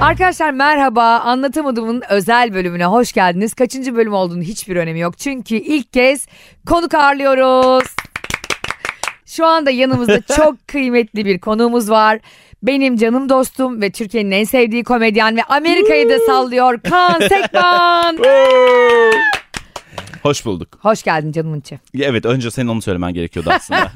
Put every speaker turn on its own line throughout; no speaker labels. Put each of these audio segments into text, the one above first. Arkadaşlar merhaba. Anlatamadığımın özel bölümüne hoş geldiniz. Kaçıncı bölüm olduğunu hiçbir önemi yok. Çünkü ilk kez konuk ağırlıyoruz. Şu anda yanımızda çok kıymetli bir konuğumuz var. Benim canım dostum ve Türkiye'nin en sevdiği komedyen ve Amerika'yı da sallıyor Kaan Sekban.
Hoş bulduk.
Hoş geldin canımın içi.
Ya Evet önce senin onu söylemen gerekiyordu aslında.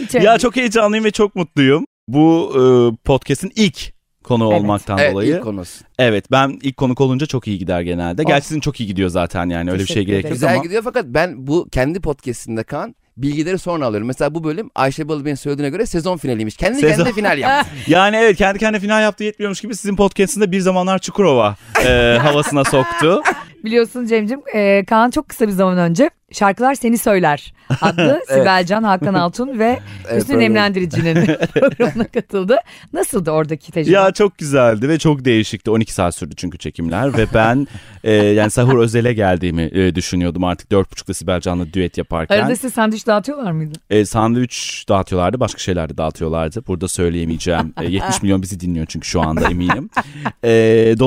İç
ya çok heyecanlıyım ve çok mutluyum. Bu e, podcast'in ilk konu
Evet.
olmaktan
Evet
dolayı.
ilk konusu.
evet ben ilk konuk olunca çok iyi gider genelde. Gerçi sizin çok iyi gidiyor zaten yani öyle bir şey
Teşekkür
gerek yok
ederim.
Güzel
ama.
gidiyor fakat ben bu kendi podcastinde kan bilgileri sonra alıyorum. Mesela bu bölüm Ayşe Balıbey'in söylediğine göre sezon finaliymiş. Kendi
Sezon-
kendine final yaptı.
Yani evet kendi kendine final yaptığı yetmiyormuş gibi sizin podcast'ında bir zamanlar Çukurova e, havasına soktu.
Biliyorsun Cem'cim e, Kaan çok kısa bir zaman önce Şarkılar Seni Söyler adlı Sibel Can, Hakan Altun ve
Evet,
Hüsnü
öyle.
Nemlendirici'nin programına katıldı. Nasıldı oradaki tecrübe?
Ya çok güzeldi ve çok değişikti. 12 saat sürdü çünkü çekimler ve ben e, yani sahur özele geldiğimi e, düşünüyordum artık 4.30'da Sibel Can'la düet yaparken.
Arada size sandviç dağıtıyorlar mıydı?
E, sandviç dağıtıyorlardı, başka şeyler de dağıtıyorlardı. Burada söyleyemeyeceğim. E, 70 milyon bizi dinliyor çünkü şu anda eminim. E,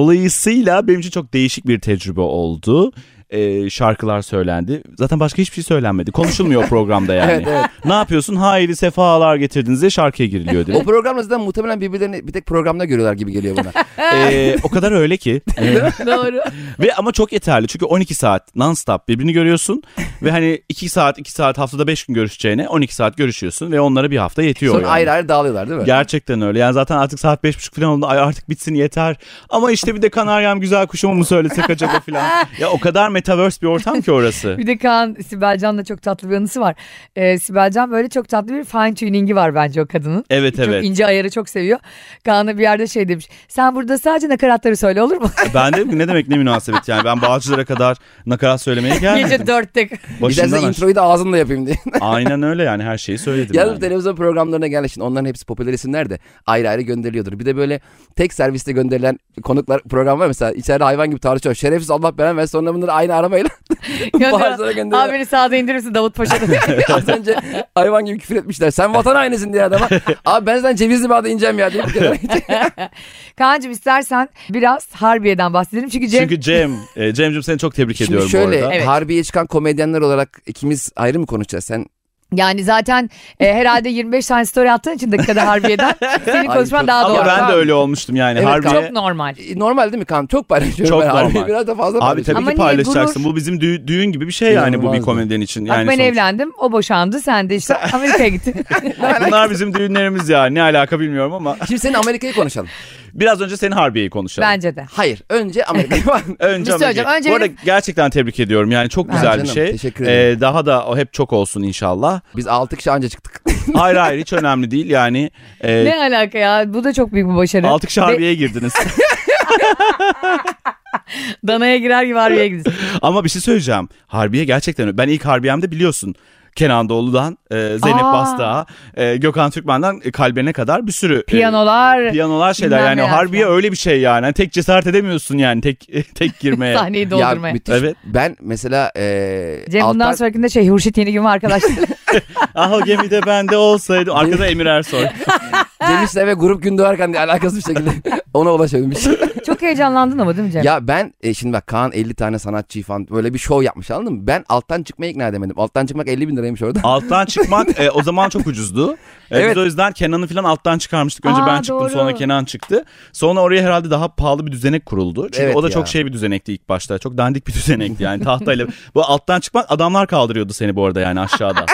dolayısıyla benim için çok değişik bir tecrübe oldu. E, şarkılar söylendi. Zaten başka hiçbir şey söylenmedi. Konuşulmuyor programda yani.
Evet, evet.
Ne yapıyorsun? Hayırlı sefalar getirdiniz diye şarkıya giriliyor
O
direkt.
programla zaten muhtemelen birbirlerini bir tek programda görüyorlar gibi geliyor bana.
E, o kadar öyle ki. E,
Doğru.
Ve ama çok yeterli çünkü 12 saat non-stop birbirini görüyorsun ve hani 2 saat 2 saat haftada 5 gün görüşeceğine 12 saat görüşüyorsun ve onlara bir hafta yetiyor.
Sonra
yani.
ayrı ayrı dağılıyorlar değil mi?
Gerçekten öyle. Yani zaten artık saat beş buçuk falan oldu. Ay artık bitsin yeter. Ama işte bir de kanaryam güzel kuşumu mu söylesek acaba falan. Ya o kadar metaverse bir ortam ki orası.
Bir de Kaan Sibel Can'la çok tatlı bir anısı var. E, Sibel Can böyle çok tatlı bir fine tuning'i var bence o kadının.
Evet evet.
Çok ince ayarı çok seviyor. Kaan'a bir yerde şey demiş. Sen burada sadece nakaratları söyle olur mu?
Ben dedim ki ne demek ne münasebet yani. Ben bağcılara kadar nakarat söylemeye gelmedim.
Gece dörtte.
Gidersen
Başından aşağı.
introyu da ağzımla yapayım diye.
Aynen öyle yani her şeyi söyledim.
Yalnız
yani.
televizyon programlarına gelen şimdi onların hepsi popüler isimler de ayrı ayrı gönderiliyordur. Bir de böyle tek serviste gönderilen konuklar program var mesela içeride hayvan gibi tartışıyor. Şerefsiz Allah belanı versin sonra bunları aynı aramayla bağırsana
Abi
gönderiyorlar.
beni sağda indirir misin Davut Paşa'da?
Az önce hayvan gibi küfür etmişler. Sen vatan hainisin diye adama. Abi ben zaten Cevizli Bağ'da ineceğim ya diye bir kere.
Kaan'cığım istersen biraz Harbiye'den bahsedelim. Çünkü Cem
Çünkü Cem, e, Cem'cim seni çok tebrik
Şimdi
ediyorum
şöyle
bu arada.
Evet.
harbiye çıkan komedyenler olarak ikimiz ayrı mı konuşacağız? Sen
yani zaten e, herhalde 25 tane story attığın için dakikada Harbiye'den senin
Ay,
konuşman
çok-
daha
Ama
doğru.
ben de öyle olmuştum yani.
Evet,
Harbiye,
Çok normal.
E, normal değil mi kan? Çok paylaşıyorum
Çok
ben harbiyi.
normal.
Biraz da fazla
Abi
paylaşıyorum.
tabii
Ama
ki
niye
paylaşacaksın.
gurur?
Bu bizim dü- düğün gibi bir şey yani bu bir
İnanılmazdı.
komedyen için.
Bak
Yani
ben
sonuçta.
evlendim, o boşandı, sen de işte Amerika'ya gittin.
Bunlar bizim düğünlerimiz ya. Ne alaka bilmiyorum ama.
Şimdi senin Amerika'yı konuşalım.
Biraz önce senin Harbiye'yi konuşalım.
Bence de.
Hayır önce Amerika'yı.
Önce
Bir
Amerika.
söyleyeceğim. Önce
Bu arada
benim-
gerçekten tebrik ediyorum. Yani çok
Ha,
güzel bir
canım,
şey.
teşekkür ederim.
Ee, daha da o hep çok olsun inşallah.
Biz 6 kişi anca çıktık.
Hayır hayır hiç önemli değil. Yani e,
Ne alaka ya? Bu da çok büyük bir başarı.
altı kişi
Ve
Harbiye'ye girdiniz.
Danaya girer gibi Harbiye'ye gidiyorsun.
Ama bir şey söyleyeceğim. Harbiye gerçekten ben ilk Harbiye'mde biliyorsun. Kenan Doğulu'dan, e, Zeynep
Aa.
Bastığa, e, Gökhan Türkmen'den e, Kalben'e kadar bir sürü e,
Piyanolar,
piyanolar şeyler.
bilmem
Yani
neler
Harbiye
falan.
öyle bir şey yani. Hani tek cesaret edemiyorsun yani tek tek girmeye.
sahneyi
ya
doldurmaya.
müthiş.
Evet.
Ben mesela e,
Cem bundan
Altar-
sonrakinde şey Hurşit Yeni Gün var arkadaşlar.
ah o gemide bende olsaydı. Arkada Emir Ersoy.
Cem İşler ve Grup Gündoğarkan diye alakasız bir şekilde ona ulaşabildim. Bir şey.
çok heyecanlandın ama değil mi Cem?
Ya ben e, şimdi bak Kaan 50 tane sanatçı falan böyle bir şov yapmış anladın mı? Ben alttan çıkmaya ikna edemedim. Alttan çıkmak 50 bin liraymış orada.
Alttan çıkmak e, o zaman çok ucuzdu. E,
Evet.
Biz o yüzden Kenan'ı falan alttan çıkarmıştık. Önce
Aa,
ben çıktım
doğru.
sonra Kenan çıktı. Sonra oraya herhalde daha pahalı bir düzenek kuruldu. Çünkü
Evet
o da
ya.
çok şey bir düzenekti ilk başta. Çok dandik bir düzenekti yani tahtayla. bu alttan çıkmak adamlar kaldırıyordu seni bu arada yani aşağıda.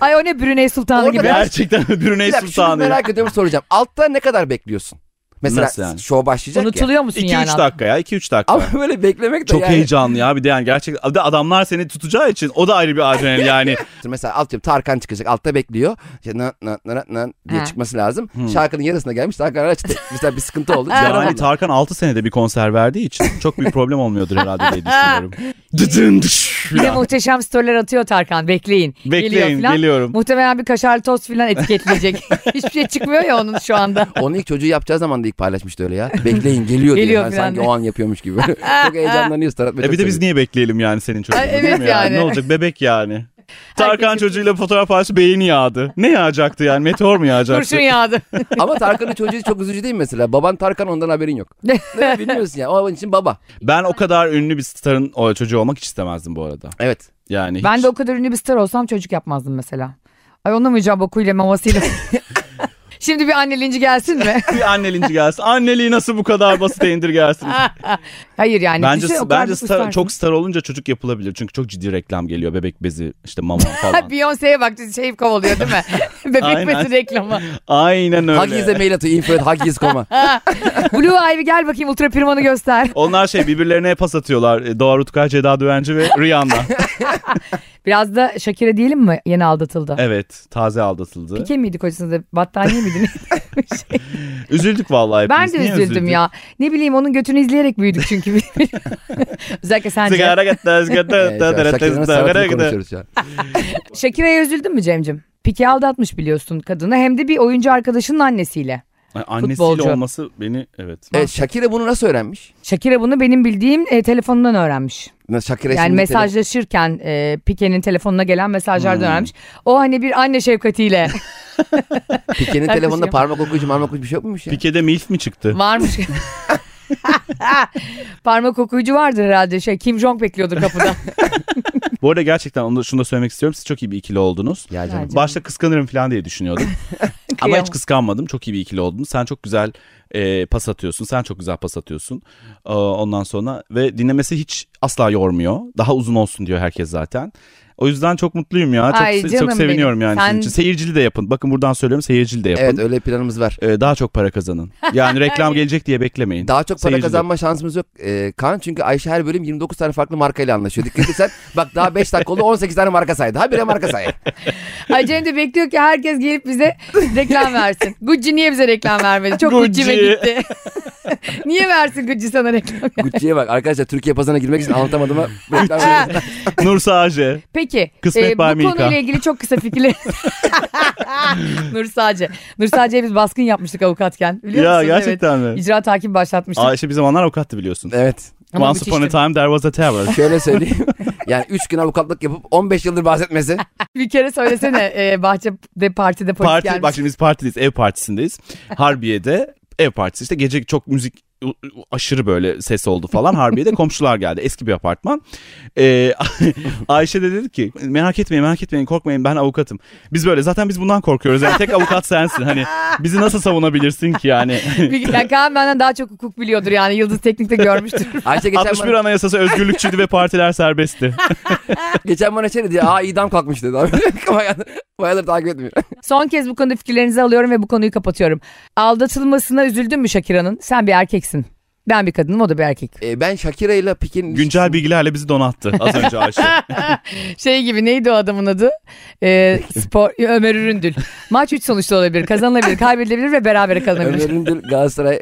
Ay o ne Brüney Sultanı
Orada
gibi.
ben-
Gerçekten Brüney
Bir dakika, şunu
Sultanı.
merak ediyorum soracağım. Altta ne kadar bekliyorsun? Mesela
Nasıl yani?
şov başlayacak ya.
Unutuluyor musun
2-3
yani?
dakika ya 2-3 dakika.
Ama böyle beklemek de
çok
yani.
heyecanlı ya bir de yani gerçekten bir de adamlar seni tutacağı için o da ayrı bir adrenalin yani.
Mesela atıyorum Tarkan çıkacak altta bekliyor. İşte na, na, na, na, na diye
Ha.
çıkması lazım. Şarkının yarısına gelmiş Tarkan açtı. Mesela bir sıkıntı oldu.
Yani
çıkaramadı.
Tarkan 6 senede bir konser verdiği için çok bir problem olmuyordur herhalde diye düşünüyorum. Dıdın dış
Bir de
falan.
muhteşem storyler atıyor Tarkan. Bekleyin.
Bekleyin
Geliyor falan.
geliyorum.
Muhtemelen bir kaşarlı tost falan etiketleyecek. Hiçbir şey çıkmıyor ya onun şu anda.
Onu ilk çocuğu yapacağı zaman da ilk paylaşmıştı öyle ya. Bekleyin geliyor, diye.
Geliyor
Yani
falan
sanki
diye.
o an yapıyormuş gibi. çok heyecanlanıyoruz. Tarkan.
E bir de biz niye bekleyelim yani senin çocuğunu
Ay,
değil
evet
mi yani?
yani.
Ne olacak bebek yani. Tarkan çocuğuyla fotoğraf paylaştı beğeni yağdı. Ne yağacaktı yani? Meteor mu yağacaktı?
Kurşun yağdı.
Ama Tarkan'ın çocuğu çok üzücü değil mi mesela? Baban Tarkan ondan haberin yok. Ne bilmiyorsun ya. O onun için baba.
ben o kadar ünlü bir starın o çocuğu olmak hiç istemezdim bu arada.
Evet.
Yani hiç.
ben de o kadar ünlü bir star olsam çocuk yapmazdım mesela. Ay onamayacağım bokuyla mamasıyla. Şimdi bir anne linci gelsin mi?
bir annelinci gelsin. Anneliği nasıl bu kadar basit indirgersin?
Hayır yani.
bence
düşünsene o kadar
bence
bir şey
star,
ustarsın.
çok star olunca çocuk yapılabilir. Çünkü çok ciddi reklam geliyor. Bebek bezi, işte mama
Ha,
falan.
Beyoncé'ye bak şey kovalıyor değil mi? Bebek
Aynen.
besi reklamı.
Aynen öyle.
Huggies'e mail atıyor. Info at Huggies koma.
Blue Ivy gel bakayım ultra pirmanı göster.
Onlar şey birbirlerine pas atıyorlar. E, Doğa Rutkay, Ceda Düvenci ve Rihanna.
Biraz da Shakira diyelim mi yeni aldatıldı?
evet taze aldatıldı.
Pike miydi kocasının adı? battaniye miydi? Ne?
Üzüldük vallahi
ben
hepimiz.
de
Niye
üzüldüm
üzüldük?
ya. Ne bileyim onun götünü izleyerek büyüdük çünkü. Özellikle sence.
Sigara gitti, sigara gitti,
Evet, şu an Shakira'nın
sigara
sanatını
gitti.
konuşuyoruz şu an.
Shakira'ya üzüldün mü Cemcim? Pike aldatmış biliyorsun kadını hem de bir oyuncu arkadaşının annesiyle.
Ay, Annesiyle
Futbolcu.
olması beni evet.
Evet, Shakira bunu nasıl öğrenmiş?
Shakira bunu benim bildiğim e, telefonundan öğrenmiş.
Nasıl Shakira
Yani
şimdi tele-
mesajlaşırken e, Pike'nin telefonuna gelen mesajlardan öğrenmiş. O hani bir anne şefkatiyle
Pike'nin
Yaklaşıyor.
telefonunda parmak okuyucu parmak okuyucu bir şey yok muymuş ya?
Pike'de milf mi çıktı?
varmış. Parmak okuyucu vardır herhalde. Şey Kim Jong bekliyordur kapıda.
Bu arada gerçekten onu da, şunu da söylemek istiyorum. Siz çok iyi bir ikili oldunuz.
Ya canım.
Bence.
Başta kıskanırım falan diye düşünüyordum. Ama hiç kıskanmadım. Çok iyi bir ikili oldun. Sen çok güzel e, pas atıyorsun. Sen çok güzel pas atıyorsun. Ee, ondan sonra ve dinlemesi hiç asla yormuyor. Daha uzun olsun diyor herkes zaten. O yüzden çok mutluyum ya. Çok,
Ay
se-
canım
çok seviniyorum
benim.
yani
Sen-
sizin için. Seyircili de yapın. Bakın buradan söylüyorum seyircili de yapın.
Evet öyle planımız var.
Ee, daha çok para kazanın. Yani reklam gelecek diye beklemeyin.
Daha çok para
Seyirci de-
kazanma şansımız yok ee, Kaan. Çünkü Ayşe her bölüm 29 tane farklı markayla anlaşıyor. Dikkat etsen bak daha 5 dakika oldu 18 tane marka saydı. Habire marka saydı.
Ay Cem de bekliyor ki herkes gelip bize reklam versin. Gucci niye bize reklam vermedi? Çok
Gucci.
Gucci'me gitti. niye versin Gucci sana reklam?
Gucci'ye bak arkadaşlar Türkiye pazarına girmek için anlatamadığıma reklam veriyorum.
Nur Saje.
Peki
Kısmet
e, bu
by Milka.
konuyla ilgili çok kısa fikirler. Nur Sace. Nur Sace'ye biz baskın yapmıştık avukatken. Biliyor
Ya
musun?
gerçekten mi?
Evet. İcra takibi başlatmıştık.
Ayşe bir zamanlar avukattı biliyorsun.
Evet.
Ama
Once upon a
müthiştim.
time there was a terror.
Şöyle söyleyeyim. Yani 3 gün avukatlık yapıp 15 yıldır bahsetmesi.
Bir kere söylesene e, bahçede partide polis
Parti,
gelmiş.
bak şimdi biz partideyiz, ev partisindeyiz. Harbiye'de ev partisi işte gece çok müzik aşırı böyle ses oldu falan. Harbiye'de komşular geldi. Eski bir apartman. Ee, Ayşe de dedi ki merak etmeyin merak etmeyin korkmayın ben avukatım. Biz böyle zaten biz bundan korkuyoruz. Yani tek avukat sensin. Hani bizi nasıl savunabilirsin ki yani?
Bir, ya Kaan benden daha çok hukuk biliyordur yani Yıldız Teknik'te görmüştür.
Ayşe geçen,
61
bana,
anayasası özgürlükçüydü ve partiler serbestti.
geçen bana şey dedi. Aa idam kalkmış dedi. Bayağıdır- Bayağıdır takip etmiyor.
Son kez bu konuda fikirlerinizi alıyorum ve bu konuyu kapatıyorum. Aldatılmasına üzüldün mü Şakira'nın? Sen bir erkeksin. Ben bir kadınım o da bir erkek.
Ee, ben Shakira ile Pik'in
Güncel bilgilerle bizi donattı az önce Ayşe.
Şey gibi neydi o adamın adı? Ee, spor Ömer Üründül. Maç 3 sonuçta olabilir. Kazanılabilir, kaybedilebilir ve berabere kalınabilir.
Ömer'in dün Galatasaray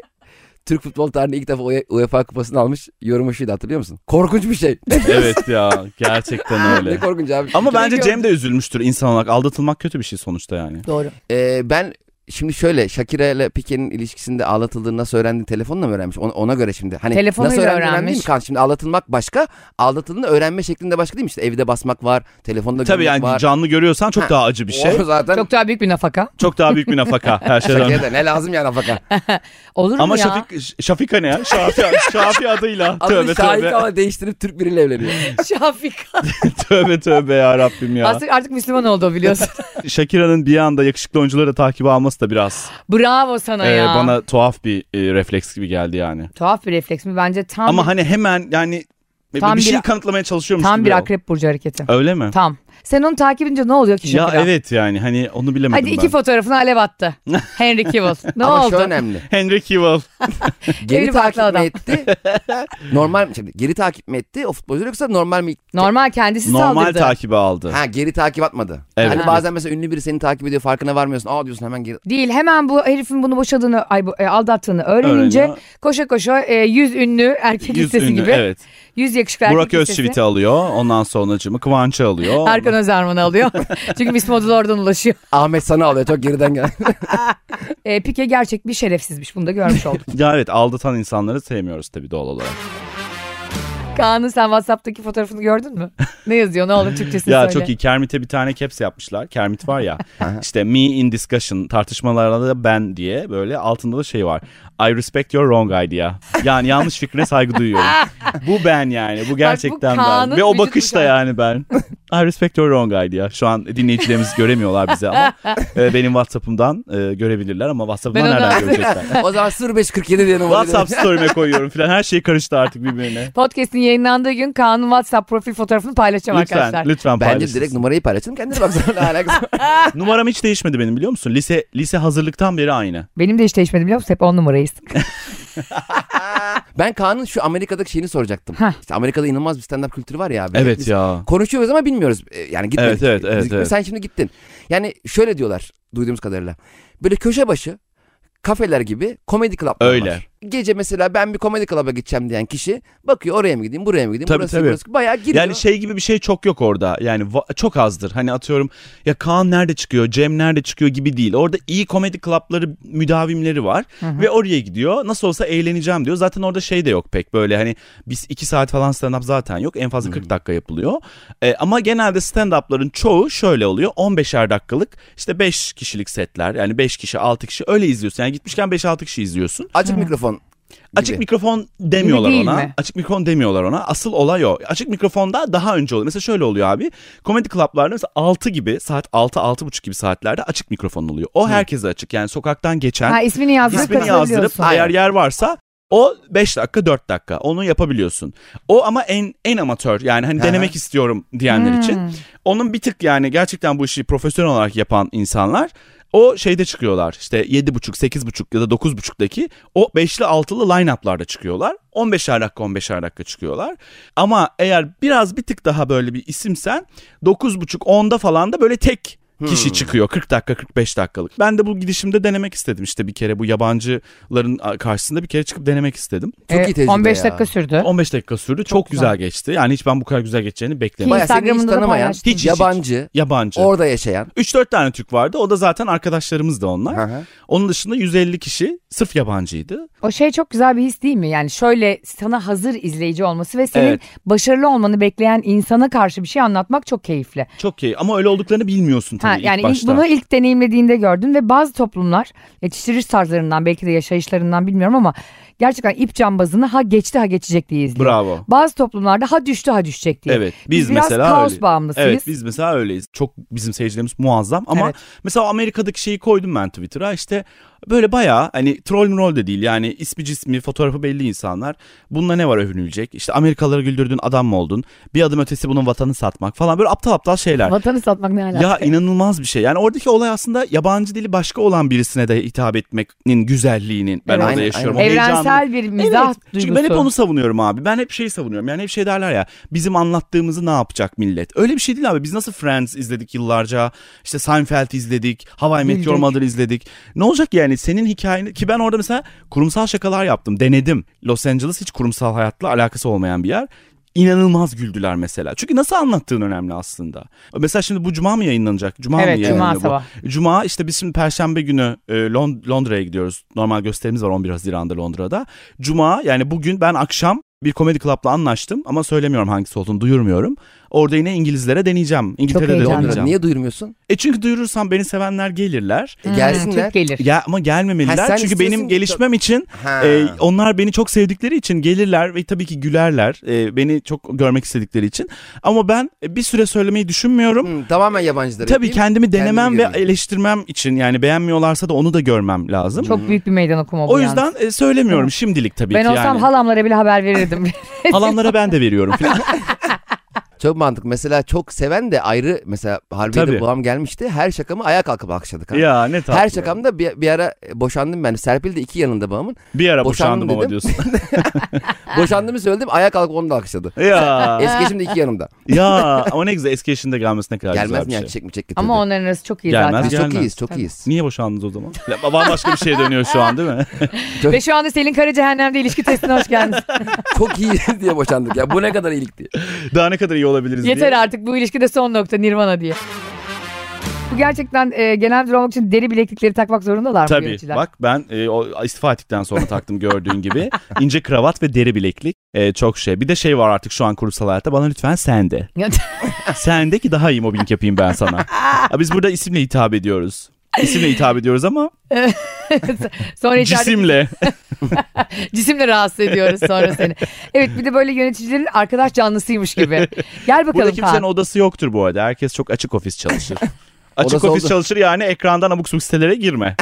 Türk futbol tarihinde ilk defa Ue- UEFA kupasını almış. Yorumu şuydu hatırlıyor musun? Korkunç bir şey.
evet ya gerçekten
ne
öyle.
korkunç abi.
Ama
Kere
bence
gördüm.
Cem de üzülmüştür insan olarak. Aldatılmak kötü bir şey sonuçta yani.
Doğru.
Ee, ben şimdi şöyle Shakira ile Pike'nin ilişkisinde ağlatıldığını nasıl öğrendin? Telefonla mı öğrenmiş? Ona, ona göre şimdi. Hani
Telefonuyla
nasıl öğrendin önemli
öğrenmiş.
değil mi Kaan? Şimdi ağlatılmak başka. Aldatıldığını öğrenme şeklinde başka değil mi? İşte evde basmak var. Telefonda
Tabii
görmek
yani
var.
canlı görüyorsan çok
Ha.
daha acı bir şey.
O zaten
Çok daha büyük bir nafaka.
Çok daha büyük bir nafaka her şeyden.
Shakira'da ne lazım yani afaka.
Olur mu
Ama
ya?
Şafik, Şafika ne ya? Şafi, Şafi adıyla. tövbe
Adını Şahik
tövbe.
ama değiştirip Türk biriyle evleniyor.
Şafika.
tövbe tövbe ya Rabbim ya.
Artık, artık Müslüman oldu o biliyorsun.
Shakira'nın bir anda yakışıklı oyuncuları da takibi alması da biraz
Bravo sana
e,
ya.
bana tuhaf bir e, refleks gibi geldi yani.
Tuhaf bir refleks mi? Bence tam,
Ama hani hemen yani
Tam
bir şey
bir-
kanıtlamaya çalışıyormuş
tam
gibi.
bir
o.
akrep burcu hareketi.
Öyle mi?
Tam. Sen onu takip edince ne oluyor ki
Ya
Şakira?
evet yani hani onu bilemedim
Hadi
ben.
iki fotoğrafına alev attı. Henry Cavill. Ne
ama
oldu?
şu önemli.
Henry Cavill.
Geri
Evli barklı
takip mi
adam.
etti? normal şimdi geri takip mi etti o futbolcu yoksa normal mi?
Normal kendisi
Normal
saldırdı.
takibi aldı.
Ha geri takip atmadı.
Evet.
Hani
Ha.
bazen mesela ünlü biri seni takip ediyor farkına varmıyorsun. Aa diyorsun hemen geri.
Değil hemen bu herifin bunu boşadığını ay bu, e, aldattığını öğrenince
Öğreniyor.
koşa koşa e, 100 ünlü erkek
Yüz
listesi
ünlü,
gibi.
Evet.
100 yakışıklı erkek
Burak
listesi.
Özçivit'i alıyor. Ondan sonra cımı Kıvanç'ı alıyor.
Erkan Özerman'ı alıyor. Çünkü Miss Model oradan ulaşıyor.
Ahmet sana alıyor çok geriden gel.
E, Pike gerçek bir şerefsizmiş. Bunu da görmüş olduk.
Ya evet aldatan insanları sevmiyoruz tabii doğal olarak.
Kaan'ın sen WhatsApp'taki fotoğrafını gördün mü? Ne yazıyor ne olur Türkçesini
Ya
söyle.
çok iyi. Kermit'e bir tane caps yapmışlar. Kermit var ya. işte me in discussion tartışmalarda da ben diye böyle altında da şey var. I respect your wrong idea. Yani yanlış fikrine saygı duyuyorum. bu ben yani. Bu gerçekten
Kaan'ın
ben. Ve o
vücut
bakışla
bıçağı.
yani ben. I respect your wrong idea. Şu an dinleyicilerimiz göremiyorlar bizi ama e, benim WhatsApp'ımdan e, görebilirler ama WhatsApp'ımdan
Ben onu
nereden
artık-
görecekler?
o zaman 0547 diye numara
WhatsApp story'me koyuyorum falan. Her şey karıştı artık birbirine.
Podcast'in yayınlandığı gün Kaan'ın WhatsApp profil fotoğrafını paylaşacağım
Lütfen,
arkadaşlar.
lütfen
Bence
paylaşın.
direkt numarayı paylaştım kendine baksana ne alakası var.
Numaram hiç değişmedi benim biliyor musun? Lise lise hazırlıktan beri aynı.
Benim de hiç değişmedi biliyor musun? Hep on numarayız.
Ben Kaan'ın şu Amerika'daki şeyini soracaktım. İşte Amerika'da inanılmaz bir stand-up kültürü var ya abi.
Evet
Biz
ya.
Konuşuyoruz ama bilmiyoruz. Ee, Yani
Evet,
gitmedik.
evet, evet,
Biz-
evet.
Sen şimdi gittin. Yani şöyle diyorlar duyduğumuz kadarıyla. Böyle köşe başı kafeler gibi komedi club'lar
Öyle.
var. Gece mesela ben bir komedi club'a gideceğim diyen kişi bakıyor oraya mı gideyim buraya mı gideyim
Tabii,
burası
tabii.
burası bayağı giriyor.
Yani şey gibi bir şey çok yok orada. Yani va- çok azdır. Hani atıyorum ya Kaan nerede çıkıyor, Cem nerede çıkıyor gibi değil. Orada iyi komedi klapları müdavimleri var ve oraya gidiyor. Nasıl olsa eğleneceğim diyor. Zaten orada şey de yok pek böyle hani biz 2 saat falan stand up zaten yok. En fazla 40 dakika yapılıyor. E, ama genelde stand up'ların çoğu şöyle oluyor. 15'er dakikalık işte 5 kişilik setler. Yani 5 kişi, 6 kişi öyle izliyorsun. Yani gitmişken 5-6 kişi izliyorsun.
Açık mikrofon
Açık
gibi.
mikrofon demiyorlar
Gibi değil
ona.
mi?
Açık mikrofon demiyorlar ona. Asıl olay o. Açık mikrofonda daha önce oluyor. Mesela şöyle oluyor abi. Komedi klaplarda mesela 6 gibi saat 6 6.30 gibi saatlerde açık mikrofon oluyor. O herkese açık. Yani sokaktan geçen
Ha ismini yazdırıp
ismini yazdırıp
katılabiliyorsun.
eğer yer varsa o 5 dakika 4 dakika onu yapabiliyorsun. O ama en en amatör yani hani
Aha.
denemek istiyorum diyenler için. Onun bir tık yani gerçekten bu işi profesyonel olarak yapan insanlar o şeyde çıkıyorlar. İşte 7.30, 8.30 ya da 9.30'daki o 5'li 6'lı line-up'larda çıkıyorlar. 15'er dakika 15'er dakika çıkıyorlar. Ama eğer biraz bir tık daha böyle bir isimsen 9.30 10'da falan da böyle tek kişi çıkıyor 40 dakika 45 dakikalık. Ben de bu gidişimde denemek istedim işte bir kere bu yabancıların karşısında bir kere çıkıp denemek istedim.
çok iyi tecrübe
15
ya.
E, dakika sürdü.
15 dakika sürdü. Çok,
güzel.
güzel. geçti. Yani hiç ben bu kadar güzel geçeceğini beklemedim.
Bayağı seni hiç
Instagram'ında da
tanımayan
paylaştın.
Hiç, hiç,
yabancı
Yabancı.
orada yaşayan.
3-4 tane Türk vardı. O da zaten arkadaşlarımız da onlar.
Aha.
Onun dışında 150 kişi sırf yabancıydı.
O şey çok güzel bir his değil mi? Yani şöyle sana hazır izleyici olması ve senin
Evet.
başarılı olmanı bekleyen insana karşı bir şey anlatmak çok keyifli.
Çok iyi ama öyle olduklarını bilmiyorsun tabii
Ha, yani
ilk
ilk-
başta.
bunu ilk deneyimlediğinde gördün ve bazı toplumlar yetiştiriş tarzlarından belki de yaşayışlarından bilmiyorum ama gerçekten ip cambazını ha geçti ha geçecek diye izliyor.
Bravo.
Bazı toplumlarda ha düştü ha düşecek diye.
Evet. Biz,
biraz
mesela
kaos
öyle.
bağımlısıyız.
Evet biz mesela öyleyiz. Çok bizim seyircilerimiz muazzam ama
Evet.
mesela Amerika'daki şeyi koydum ben Twitter'a işte böyle bayağı hani troll mü rol de değil yani ismi cismi fotoğrafı belli insanlar. Bunda ne var övünülecek? İşte Amerikalıları güldürdün adam mı oldun? Bir adım ötesi bunun vatanı satmak falan böyle aptal aptal şeyler.
Vatanı satmak ne alaka?
Ya inanılmaz bir şey. Yani oradaki olay aslında yabancı dili başka olan birisine de hitap etmenin güzelliğinin ben
Evet.
orada
Aynen,
yaşıyorum.
aynen.
O heyecanı-
Evrensel bir mizah
Evet.
duygusu.
Çünkü ben hep onu savunuyorum abi. Ben hep şeyi savunuyorum. Yani hep şey derler ya bizim anlattığımızı ne yapacak millet. Öyle bir şey değil abi. Biz nasıl Friends izledik yıllarca. işte Seinfeld izledik. Hawaii Meteor
Güldük.
Mother izledik. Ne olacak yani senin hikayeni ki ben orada mesela kurumsal şakalar yaptım. Denedim. Los Angeles hiç kurumsal hayatla alakası olmayan bir yer. İnanılmaz güldüler mesela. Çünkü nasıl anlattığın önemli aslında. Mesela şimdi bu cuma mı yayınlanacak? Cuma mı
Evet
yayınlanıyor
cuma
bu?
sabah.
Cuma işte biz şimdi perşembe günü e, Lond- Londra'ya gidiyoruz. Normal gösterimiz var 11 Haziran'da Londra'da. Cuma yani bugün ben akşam bir komedi club'la anlaştım ama söylemiyorum hangisi olduğunu duyurmuyorum. Orada yine İngilizlere deneyeceğim. İngiltere'de
heyecanlı.
Londra
deneyeceğim.
niye duyurmuyorsun?
E çünkü duyurursam beni sevenler gelirler.
E,
Hmm,
gelsinler.
Türk gelir.
Ya ama gelmemeliler
Ha, sen
çünkü
istiyorsun
benim
ki-
gelişmem için
Ha.
e, onlar beni çok sevdikleri için gelirler ve tabii ki gülerler. E, beni çok görmek istedikleri için. Ama ben e, bir süre söylemeyi düşünmüyorum.
Hı, tamamen yabancılara
Tabii
yapayım.
kendimi denemem ve
göreyim.
eleştirmem için yani beğenmiyorlarsa da onu da görmem lazım.
Çok büyük bir meydan okuma bu
O
yalnız.
yüzden e, söylemiyorum
Tamam.
şimdilik tabii
Ben
ki
olsam
yani.
halamlara bile haber verirdim.
Halamlara ben de veriyorum falan.
Çok mantıklı. Mesela çok seven de ayrı. Mesela Harbiye'de
Tabii.
babam gelmişti. Her şakamı ayağa kalkıp alkışladık. ha.
ya ne tatlı.
Her şey- şakamda bir, bir ara e, boşandım ben. Serpil de iki yanında babamın.
Bir ara boşandım
Boşandım
ama
dedim.
diyorsun.
Ah.
Boşandığımı söyledim. Ayağa kalkıp onu da alkışladı.
ya.
Eski eşim de iki yanımda.
ya ama ne güzel eski yaşında gelmesi ne kadar
Gelmez
güzel
mi
bir
yani
şey.
çiçek mi çiçek getirdi.
Ama onların arası çok iyi
Gelmez.
zaten.
Biz çok
Gelmez.
iyiyiz çok iyiyiz.
Niye boşandınız o zaman? Ya, Bambaşka bir şeye dönüyor şu an değil mi?
Ve şu anda Selin Kara Cehennem'de ilişki testine hoş geldiniz.
çok iyiyiz diye boşandık ya. Bu ne kadar iyilik diye.
Daha ne kadar iyi olabiliriz
Yeter
diye.
artık bu ilişki de son nokta Nirvana diye. bu gerçekten e, genel müdür olmak için deri bileklikleri takmak zorundalar mı
Tabii
yöneticiler?
bak ben e, o istifa ettikten sonra taktım gördüğün gibi. ince kravat ve deri bileklik E, çok şey. Bir de şey var artık şu an kurumsal hayatta bana lütfen sen de. Sen de ki daha iyi mobbing yapayım ben sana. Ha, Biz burada isimle hitap ediyoruz. İsimle hitap ediyoruz ama
Sonra içeride
cisimle.
cisimle rahatsız ediyoruz sonra seni. Evet bir de böyle yöneticilerin arkadaş canlısıymış gibi. Gel
Burada
bakalım
kimsenin
Kaan.
odası yoktur bu arada. Herkes çok açık ofis çalışır. Açık
Odası
ofis
oldu.
çalışır yani ekrandan abuk subuk sitelere girme.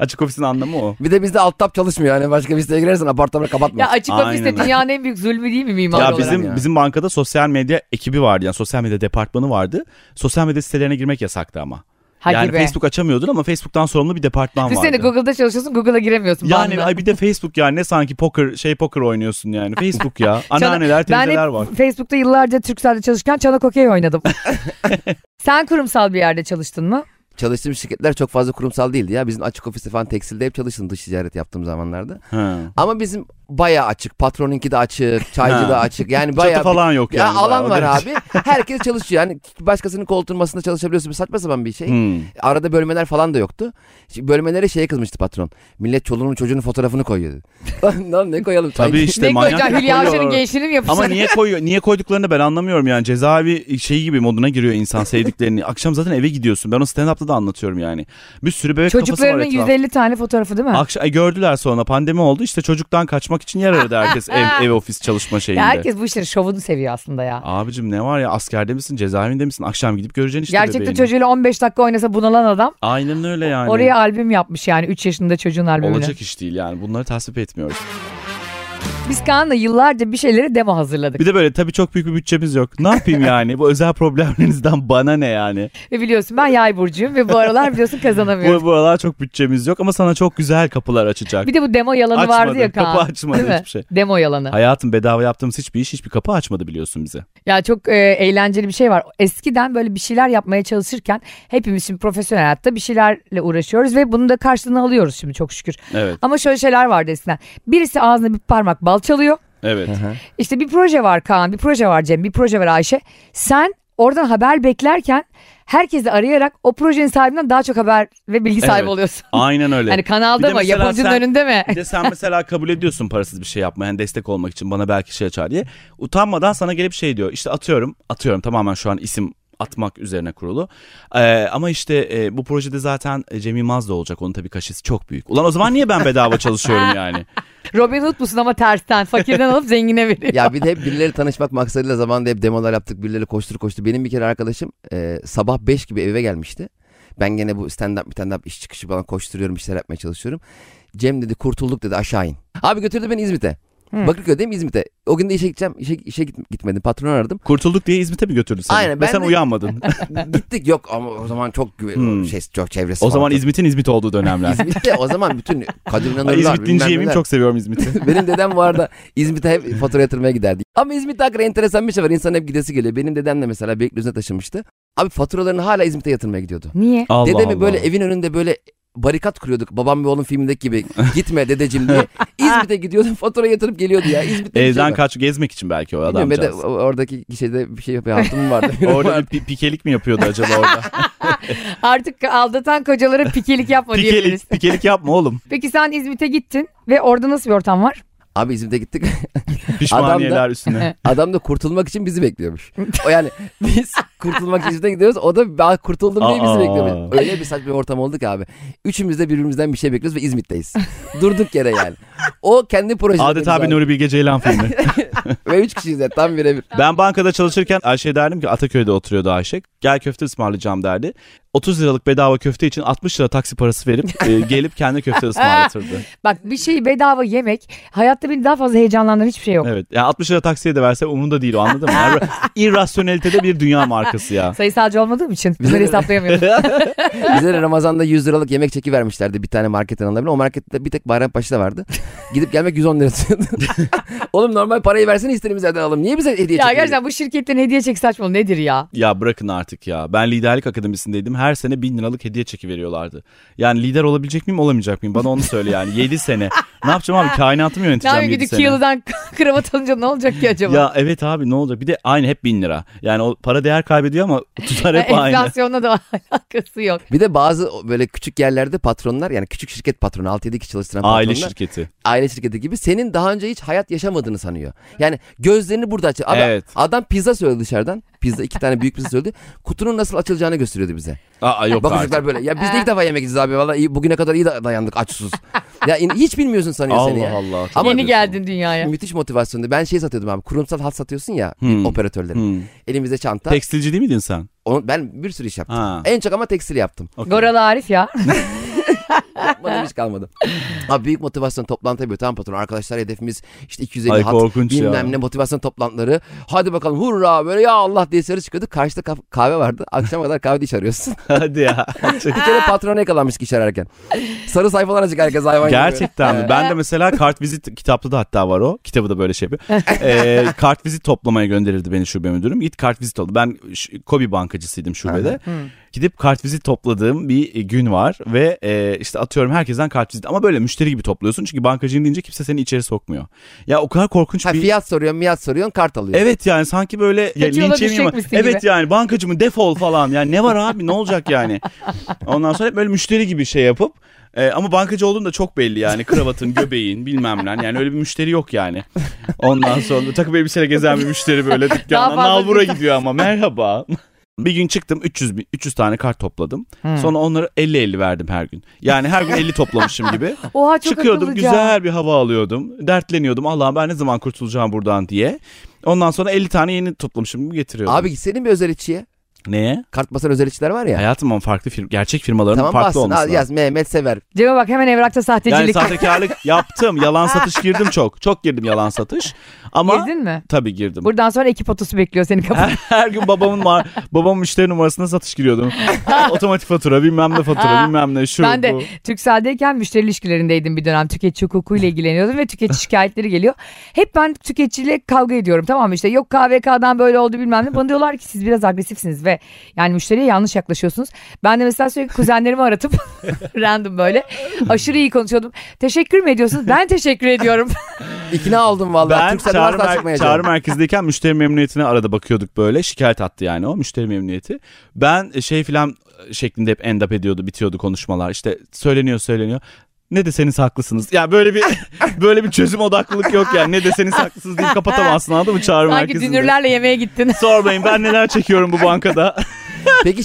açık ofisin anlamı o.
Bir de bizde alt tab çalışmıyor. Yani başka bir siteye girersen apartmanı kapatma.
Ya açık ofis de
Aynen.
dünyanın en büyük zulmü değil mi mimar
Ya
olarak?
bizim
ya.
bizim bankada sosyal medya ekibi vardı yani sosyal medya departmanı vardı. Sosyal medya sitelerine girmek yasaktı ama.
Hadi
yani
be.
Facebook açamıyordun ama Facebook'tan sorumlu bir departman vardı.
Düşünsene Google'da çalışıyorsun Google'a giremiyorsun.
yani
banla.
ay bir de Facebook yani ne sanki poker şey poker oynuyorsun yani Facebook ya. Anneanneler
Çana-
teyzeler
ben hep
var.
Facebook'ta yıllarca Türkcell'de çalışırken çanak okey oynadım. Sen kurumsal bir yerde çalıştın mı?
Çalıştığım şirketler çok fazla kurumsal değildi ya. Bizim açık ofiste falan tekstilde hep çalıştım dış ticaret yaptığım zamanlarda.
Ha.
Ama bizim bayağı açık. Patronunki de açık, çaycı
Ha.
da açık. Yani
Çatı
bayağı
falan yok
ya
yani.
alan var
bayağı.
abi. Herkes çalışıyor. Yani başkasının koltuğun masasında çalışabiliyorsun. Bir saçma sapan bir şey.
Hmm.
Arada bölmeler falan da yoktu. Şimdi bölmelere şeye kızmıştı patron. Millet çoluğunun çocuğunun fotoğrafını koyuyordu. Lan lan ne koyalım?
Tabii
Sanki-
işte
ne koyacaksın
manyak
Hülya Avşar'ın
koyuyorlar.
gençliğini mi yapıyorsun?
Ama niye koyuyor? Niye koyduklarını ben anlamıyorum yani. Cezaevi şeyi gibi moduna giriyor insan sevdiklerini. Akşam zaten eve gidiyorsun. Ben onu stand-up'ta da anlatıyorum yani. Bir sürü bebek kafası var
Çocuklarının
etrafta.
150 tane fotoğrafı değil mi?
Akşam, e, gördüler sonra pandemi oldu. İşte çocuktan kaçmak için yer aradı herkes ev, ev ofis çalışma şeyinde.
ya herkes bu işlerin şovunu seviyor aslında ya.
Abicim ne var ya askerde misin cezaevinde misin akşam gidip göreceksin işte
Gerçekten
bebeğini.
çocuğuyla 15 dakika oynasa bunalan adam
Aynen öyle yani.
oraya albüm yapmış yani 3 yaşında çocuğun albümünü.
Olacak iş değil yani bunları tasvip etmiyoruz.
Biz Kaan'la yıllarca bir şeyleri demo hazırladık.
Bir de böyle tabii çok büyük bir bütçemiz yok. Ne yapayım yani bu özel problemlerinizden bana ne yani.
Ve biliyorsun ben yay burcuyum ve bu aralar biliyorsun kazanamıyorum.
Bu, bu aralar çok bütçemiz yok ama sana çok güzel kapılar açacak.
bir de bu demo yalanı
Açmadı,
vardı ya Kaan.
kapı açmadı
Değil mi?
hiçbir şey.
Demo yalanı.
Hayatım bedava yaptığımız hiçbir iş hiçbir kapı açmadı biliyorsun bize.
Ya çok e, eğlenceli bir şey var. Eskiden böyle bir şeyler yapmaya çalışırken hepimiz şimdi profesyonel hayatta bir şeylerle uğraşıyoruz ve bunun da karşılığını alıyoruz şimdi çok şükür.
Evet
Ama şöyle şeyler vardı eskiden. Birisi ağzına bir parmak bal çalıyor.
evet.
İşte bir proje var Kaan, bir proje var Cem, bir proje var Ayşe. Sen oradan haber beklerken herkesi arayarak o projenin sahibinden daha çok haber ve bilgi sahibi
Evet.
oluyorsun.
Aynen öyle.
Hani kanalda
Bir de
mı,
mesela
yapımcının
sen-
önünde mi?
Bir de sen mesela kabul ediyorsun parasız bir şey yapmaya yani destek olmak için bana belki şey açar diye. Utanmadan sana gelip şey diyor işte atıyorum atıyorum tamamen şu an isim atmak üzerine kurulu. Ee, ama işte e, bu projede zaten e, Cem Yılmaz da olacak. Onun tabii kaşesi çok büyük. Ulan o zaman niye ben bedava çalışıyorum yani?
Robin Hood musun ama tersten, fakirden alıp zengine veriyor.
Ya bir de hep birileri tanışmak maksadıyla zamanında hep demolar yaptık. Birileri koştur koştu. Benim bir kere arkadaşım e, sabah 5 gibi eve gelmişti. Ben gene bu stand up stand up iş çıkışı falan koşturuyorum bir şeyler yapmaya çalışıyorum. Cem dedi kurtulduk dedi aşağı in. Abi götürdü beni İzmit'e.
Hı.
Bakırköy değil mi İzmit'e? O gün de işe gideceğim. İşe, işe git- gitmedim. Patronu aradım.
Kurtulduk diye İzmit'e mi götürdü seni?
Aynen,
Ve
ben
sen
de-
uyanmadın.
Gittik yok ama o zaman çok güve-
Hmm.
şey çok çevresi
o
falan.
zaman İzmit'in İzmit olduğu dönemler.
İzmit'te o zaman bütün Kadir İnanırlar.
Ay, İzmit
bilmem
deyince yemin
neler.
çok seviyorum İzmit'i.
Benim dedem bu arada İzmit'e hep fatura yatırmaya giderdi. Ama İzmit'te hakikaten enteresan bir şey var. İnsanın hep gidesi geliyor. Benim dedem de mesela Beylikdüzü'ne taşınmıştı. Abi faturalarını hala İzmit'e yatırmaya gidiyordu.
Niye?
Allah
Dedemi
Allah.
böyle evin önünde böyle barikat kuruyorduk. Babam ve oğlum filmindeki gibi gitme dedeciğim diye. İzmit'e gidiyordu fatura yatırıp geliyordu ya. İzmit'te bir şey
Evden
var.
kaç gezmek için belki o
Bilmiyorum, ve de
adamcağız.
o- oradaki kişide bir şey yapıyor. Hatun vardı.
Orada bir pi- pikelik mi yapıyordu acaba orada?
Artık aldatan kocalara pikelik yapma diyebiliriz.
pikelik, pikelik yapma oğlum.
Peki sen İzmit'e gittin ve orada nasıl bir ortam var?
Abi İzmit'e gittik.
Pişmaniyeler üstüne.
Adam da kurtulmak için bizi bekliyormuş. O yani biz kurtulmak için İzmit'e gidiyoruz. O da ben kurtuldum diye bizi
Aa.
bekliyormuş. Öyle bir saçma bir ortam olduk abi. Üçümüz de birbirimizden bir şey bekliyoruz ve İzmit'teyiz. Durduk yere yani. O kendi projesi.
Adeta bir Nuri Bilge Ceylan filmi.
Ve üç kişiyiz yani tam birebir.
ben bankada çalışırken Ayşe derdim ki Ataköy'de oturuyordu Ayşe. Gel köfte ısmarlayacağım derdi. 30 liralık bedava köfte için 60 lira taksi parası verip e, gelip kendi köfte ısmarlatırdı.
Bak bir şeyi bedava yemek hayatta beni daha fazla heyecanlandıran hiçbir şey yok.
evet. Yani 60 lira taksiye de verse umurunda değil o anladın mı? Yani böyle irrasyonelitede bir dünya markası ya.
Sayısalcı olmadığım için
Bize
böyle
de-
hesaplayamıyorum.
Bize de Ramazan'da 100 liralık yemek çeki vermişlerdi bir tane marketten alınabilir. O markette bir tek Bayrampaşa'da vardı. Gidip gelmek 110 lira tutuyordu. Oğlum normal parayı versene istediğimiz yerden alalım. Niye bize hediye
ya
çeki
gerçekten bu şirketten hediye çek saçma nedir ya?
Ya bırakın artık ya. Ben liderlik akademisindeydim. Her sene bin liralık hediye çeki veriyorlardı. Yani lider olabilecek miyim olamayacak mıyım? Bana onu söyle yani. 7 sene. Ne yapacağım abi kainatı mı
Ne
yöneteceğim
yapayım
yedi
gidip
sene?
Kiyalı'dan kravat alınca ne olacak ki acaba?
Ya evet abi ne olacak bir de aynı hep bin lira. Yani o para değer kaybediyor ama tutar hep aynı.
Enflasyonla da alakası yok.
Bir de bazı o- böyle küçük yerlerde patronlar yani küçük şirket patronu 6-7 kişi çalıştıran
Aile
patronlar
şirketi.
aile şirketi gibi senin daha önce hiç hayat yaşamadığını sanıyor. Yani gözlerini burada açıyor. Adam,
Evet.
adam pizza söyledi dışarıdan. Pizza iki tane büyük pizza söyledi. Kutunun nasıl açılacağını gösteriyordu bize.
Aa yok
Bak
artık.
çocuklar böyle. Ya biz de ilk defa yemek yiyeceğiz abi. Valla iyi, bugüne kadar iyi da- dayandık aç susuz. ya in- hiç bilmiyorsun sanıyor
Allah
seni ya.
Allah. çok
Ama-
Yeni
haklısın.
geldin dünyaya.
Müthiş motivasyondu. Ben şey satıyordum abi. Kurumsal hat satıyorsun ya
Hmm.
operatörlere.
Hmm.
Elimizde çanta.
Tekstilci değil miydin sen?
Onu, ben bir sürü iş yaptım.
Ha.
En çok ama tekstil yaptım.
okey.
Goralı Arif ya.
Yapmadım hiç kalmadı. Abi büyük motivasyon toplantı yapıyor. Tamam patron arkadaşlar hedefimiz işte 250
Ay
hat.
korkunç ya.
bilmem ne motivasyon toplantıları. Hadi bakalım hurra böyle ya Allah diye dışarı çıkıyorduk. Karşıda kah- kahve vardı. Akşama kadar kahvede iş arıyorsun.
Hadi ya. Çok-
Bir kere patrona yakalanmış iş ararken. Sarı sayfalar açık herkes hayvan gibi.
Gerçekten mi? Ben de mesela kartvizit kitapta da hatta var o. Kitabı da böyle şey yapıyor. ee, kartvizit toplamaya gönderirdi beni şube müdürüm. Git kartvizit oldu. Ben ş- Kobi bankacısıydım şubede.
Hmm.
Gidip kartvizit topladığım bir e, gün var ve e, işte atıyorum herkesten kartvizit ama böyle müşteri gibi topluyorsun çünkü bankacıyım deyince kimse seni içeri sokmuyor. Ya o kadar korkunç
Ha,
bir
fiyat soruyorsun miyat soruyorsun kart alıyorsun.
Evet yani sanki böyle ya,
Kötü yola
linç yemeyeyim ama-
düşecekmişsin
Evet
gibi.
yani bankacı mı defol falan. Yani ne var abi ne olacak yani. Ondan sonra hep böyle müşteri gibi şey yapıp e, ama bankacı olduğun da çok belli yani kravatın, göbeğin bilmem ne. Yani öyle bir müşteri yok yani. Ondan sonra takım elbiseyle gezen bir müşteri böyle
Daha
dükkana
fazla
nalbura
insan.
gidiyor ama merhaba. Bir gün çıktım 300 bin- 300 tane kart topladım.
Hmm.
Sonra onları 50 50 verdim her gün. Yani her gün 50 toplamışım gibi.
Oha çok
Çıkıyordum
akıllıca.
güzel bir hava alıyordum. Dertleniyordum Allah'ım ben ne zaman kurtulacağım buradan diye. Ondan sonra 50 tane yeni toplamışım getiriyordum.
Abi gitsenin bir özel içiye.
Neye?
Kart basan özel içiler var ya.
Hayatım ama farklı firm, gerçek firmaların
tamam
farklı
bassın.
olması
Al,
lazım.
yaz Mehmet Sever.
Cem'e bak hemen evrakta
Yani
sahtecilik.
sahtekarlık yaptım. Yalan satış girdim çok. Çok girdim yalan satış. Ama
Girdin mi?
tabii girdim.
Buradan sonra ekip otosu bekliyor seni kapıda.
Her, her gün babamın var. Babam müşteri numarasına satış giriyordum. Otomatik fatura, bilmem ne fatura, bilmem ne şu
Ben de
bu.
Türkcell'deyken müşteri ilişkilerindeydim bir dönem. Tüketici hukukuyla ilgileniyordum ve tüketici şikayetleri geliyor. Hep ben tüketiciyle kavga ediyorum tamam mı? işte yok KVK'dan böyle oldu bilmem ne. Bana diyorlar ki siz biraz agresifsiniz ve yani müşteriye yanlış yaklaşıyorsunuz. Ben de mesela sürekli kuzenlerimi aratıp random böyle aşırı iyi konuşuyordum. Teşekkür mü ediyorsunuz? Ben teşekkür ediyorum.
İkna oldum vallahi.
Ben
Türkcell'i
çağrı,
asla
mer-
çıkmayacağım.
çağrı merkezindeyken müşteri memnuniyetine arada bakıyorduk böyle. Şikayet attı yani o müşteri memnuniyeti. Ben e, şey filan e, şeklinde hep end up ediyordu bitiyordu konuşmalar. İşte söyleniyor söyleniyor. Ne deseniz haklısınız. Ya böyle bir böyle bir çözüm odaklılık yok yani. Ne deseniz haklısınız deyip kapatamazsın anladın mı çağrı
Sanki
merkezinde.
dünürlerle yemeğe gittin.
Sormayın ben neler çekiyorum bu bankada.
Peki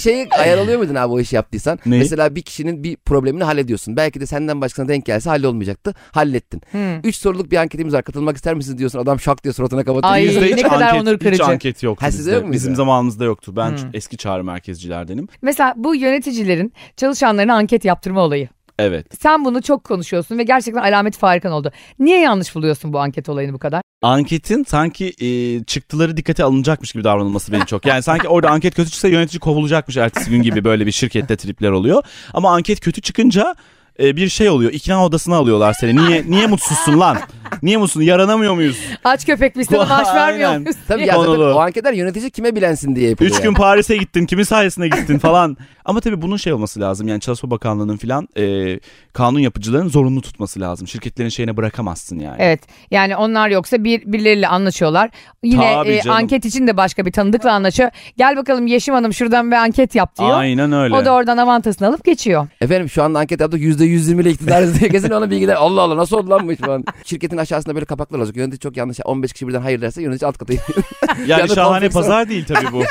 şeyi ayar alıyor muydun abi o işi yaptıysan?
Neyi?
Mesela bir kişinin bir problemini hallediyorsun. Belki de senden başkasına denk gelse hallolmayacaktı. Hallettin.
Hmm.
Üç soruluk bir anketimiz var. Katılmak ister misiniz diyorsun. Adam şak diyor suratına kapatıyor.
Ay,
Bizde
ne kadar
anket,
onur
Hiç
kırıcı.
anket yoktu
Ha, sizde
bizde.
yok muydu?
Bizim zamanımızda yoktu. Ben
Hmm.
çok eski çağrı merkezcilerdenim.
Mesela bu yöneticilerin çalışanlarına anket yaptırma olayı.
Evet.
Sen bunu çok konuşuyorsun ve gerçekten alamet farikan oldu. Niye yanlış buluyorsun bu anket olayını bu kadar?
anketin sanki e, çıktıları dikkate alınacakmış gibi davranılması beni çok. Yani sanki orada anket kötü çıksa yönetici kovulacakmış ertesi gün gibi böyle bir şirkette tripler oluyor. Ama anket kötü çıkınca e, bir şey oluyor. İkna odasına alıyorlar seni. Niye niye mutsuzsun lan? Niye mutsuzsun? Yaranamıyor muyuz?
Aç köpek biz sana maaş vermiyor
Aynen.
muyuz?
Tabii ya zaten
Konulu.
o anketler yönetici kime bilensin diye yapılıyor.
Üç gün
yani.
Paris'e gittin. Kimin sayesinde gittin falan. Ama tabii bunun şey olması lazım. Yani Çalışma Bakanlığı'nın filan e, kanun yapıcıların zorunlu tutması lazım. Şirketlerin şeyine bırakamazsın yani.
Evet yani onlar yoksa bir, birileriyle anlaşıyorlar. Yine
Tabii
e,
canım.
anket için de başka bir tanıdıkla anlaşıyor. Gel bakalım Yeşim Hanım şuradan bir anket yap diyor.
Aynen öyle.
O da oradan avantasını alıp geçiyor.
Efendim şu anda anket yaptık %120 ile iktidarız diye kesin ona bilgiler. Allah Allah nasıl oldu lan bu iş falan. Şirketin aşağısında böyle kapaklar olacak. Yönetici çok yanlış. 15 kişi birden hayır derse yönetici alt kata iniyor.
yani
Yalnız
şahane
konfeksiyon.
pazar değil tabii bu.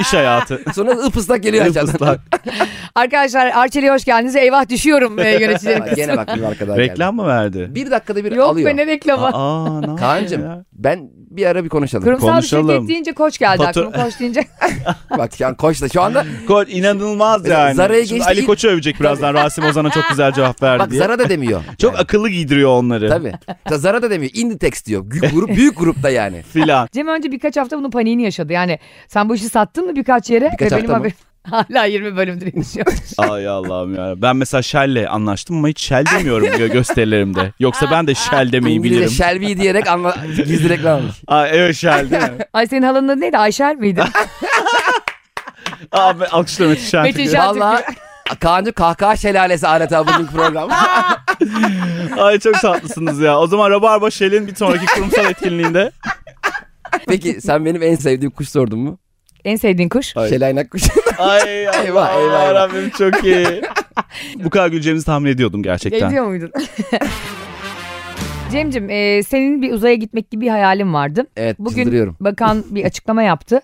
İş hayatı.
Sonra ıpıslak geliyor aşağıdan.
Islak.
Arkadaşlar Arçeli'ye hoş geldiniz. Eyvah düşüyorum e, yöneticilerin.
Bak, Gene bak bir arkadaş geldi.
Reklam mı verdi?
Bir dakikada bir
Yok
alıyor.
be ne reklamı.
Aa, ne
Kaan'cığım,
yapıyor ya?
Ben bir ara bir konuşalım.
Kurumsal bir
konuşalım.
şirket deyince koç geldi
Fatur-
aklıma. Koç deyince
Bak şu an koşla. Şu anda
Gol inanılmaz yani.
Zara'ya
Şimdi
geçti
Ali
ilk-
Koç'u övecek birazdan. Rasim Ozan'a çok güzel cevap verdi
bak
diye.
Zara da demiyor.
Çok
Yani.
akıllı giydiriyor onları.
Tabii. Mesela Zara da demiyor. Inditex diyor. Büyük grup büyük grupta yani.
Filan.
Cem önce birkaç hafta bunun paniğini yaşadı. Yani sen bu işi sattın mı birkaç yere?
Birkaç
Ve
hafta mı?
haberim- Hala 20 bölümdür yetişiyor.
Ay Allah'ım ya. Ben mesela Shell'le anlaştım ama hiç Shell demiyorum gö- gösterilerimde. Yoksa ben de Shell demeyi
İngilizce
bilirim.
Shelby diyerek anla, gizli reklam almış.
Aa, evet Shell değil mi?
Ay senin halanın adı neydi? Ayşer miydi?
Aa, ben alkışlıyorum Metin Şen.
Metin Şen. Güzel
Valla Kaan'cı kahkaha şelalesi adeta bugünkü program.
Ay çok tatlısınız ya. O zaman Rabarba Şel'in bir sonraki kurumsal etkinliğinde.
Peki sen benim en sevdiğim kuş sordun mu?
En sevdiğin kuş?
Ay.
Şelaynak kuş.
Ay Allah,
Eyvah, eyvah, eyvah.
Rabbim çok iyi. Bu kadar güleceğimizi tahmin ediyordum gerçekten.
Ediyor muydun? Cem'cim e, senin bir uzaya gitmek gibi bir hayalin vardı.
evet
Bugün
çıldırıyorum.
bakan bir açıklama yaptı.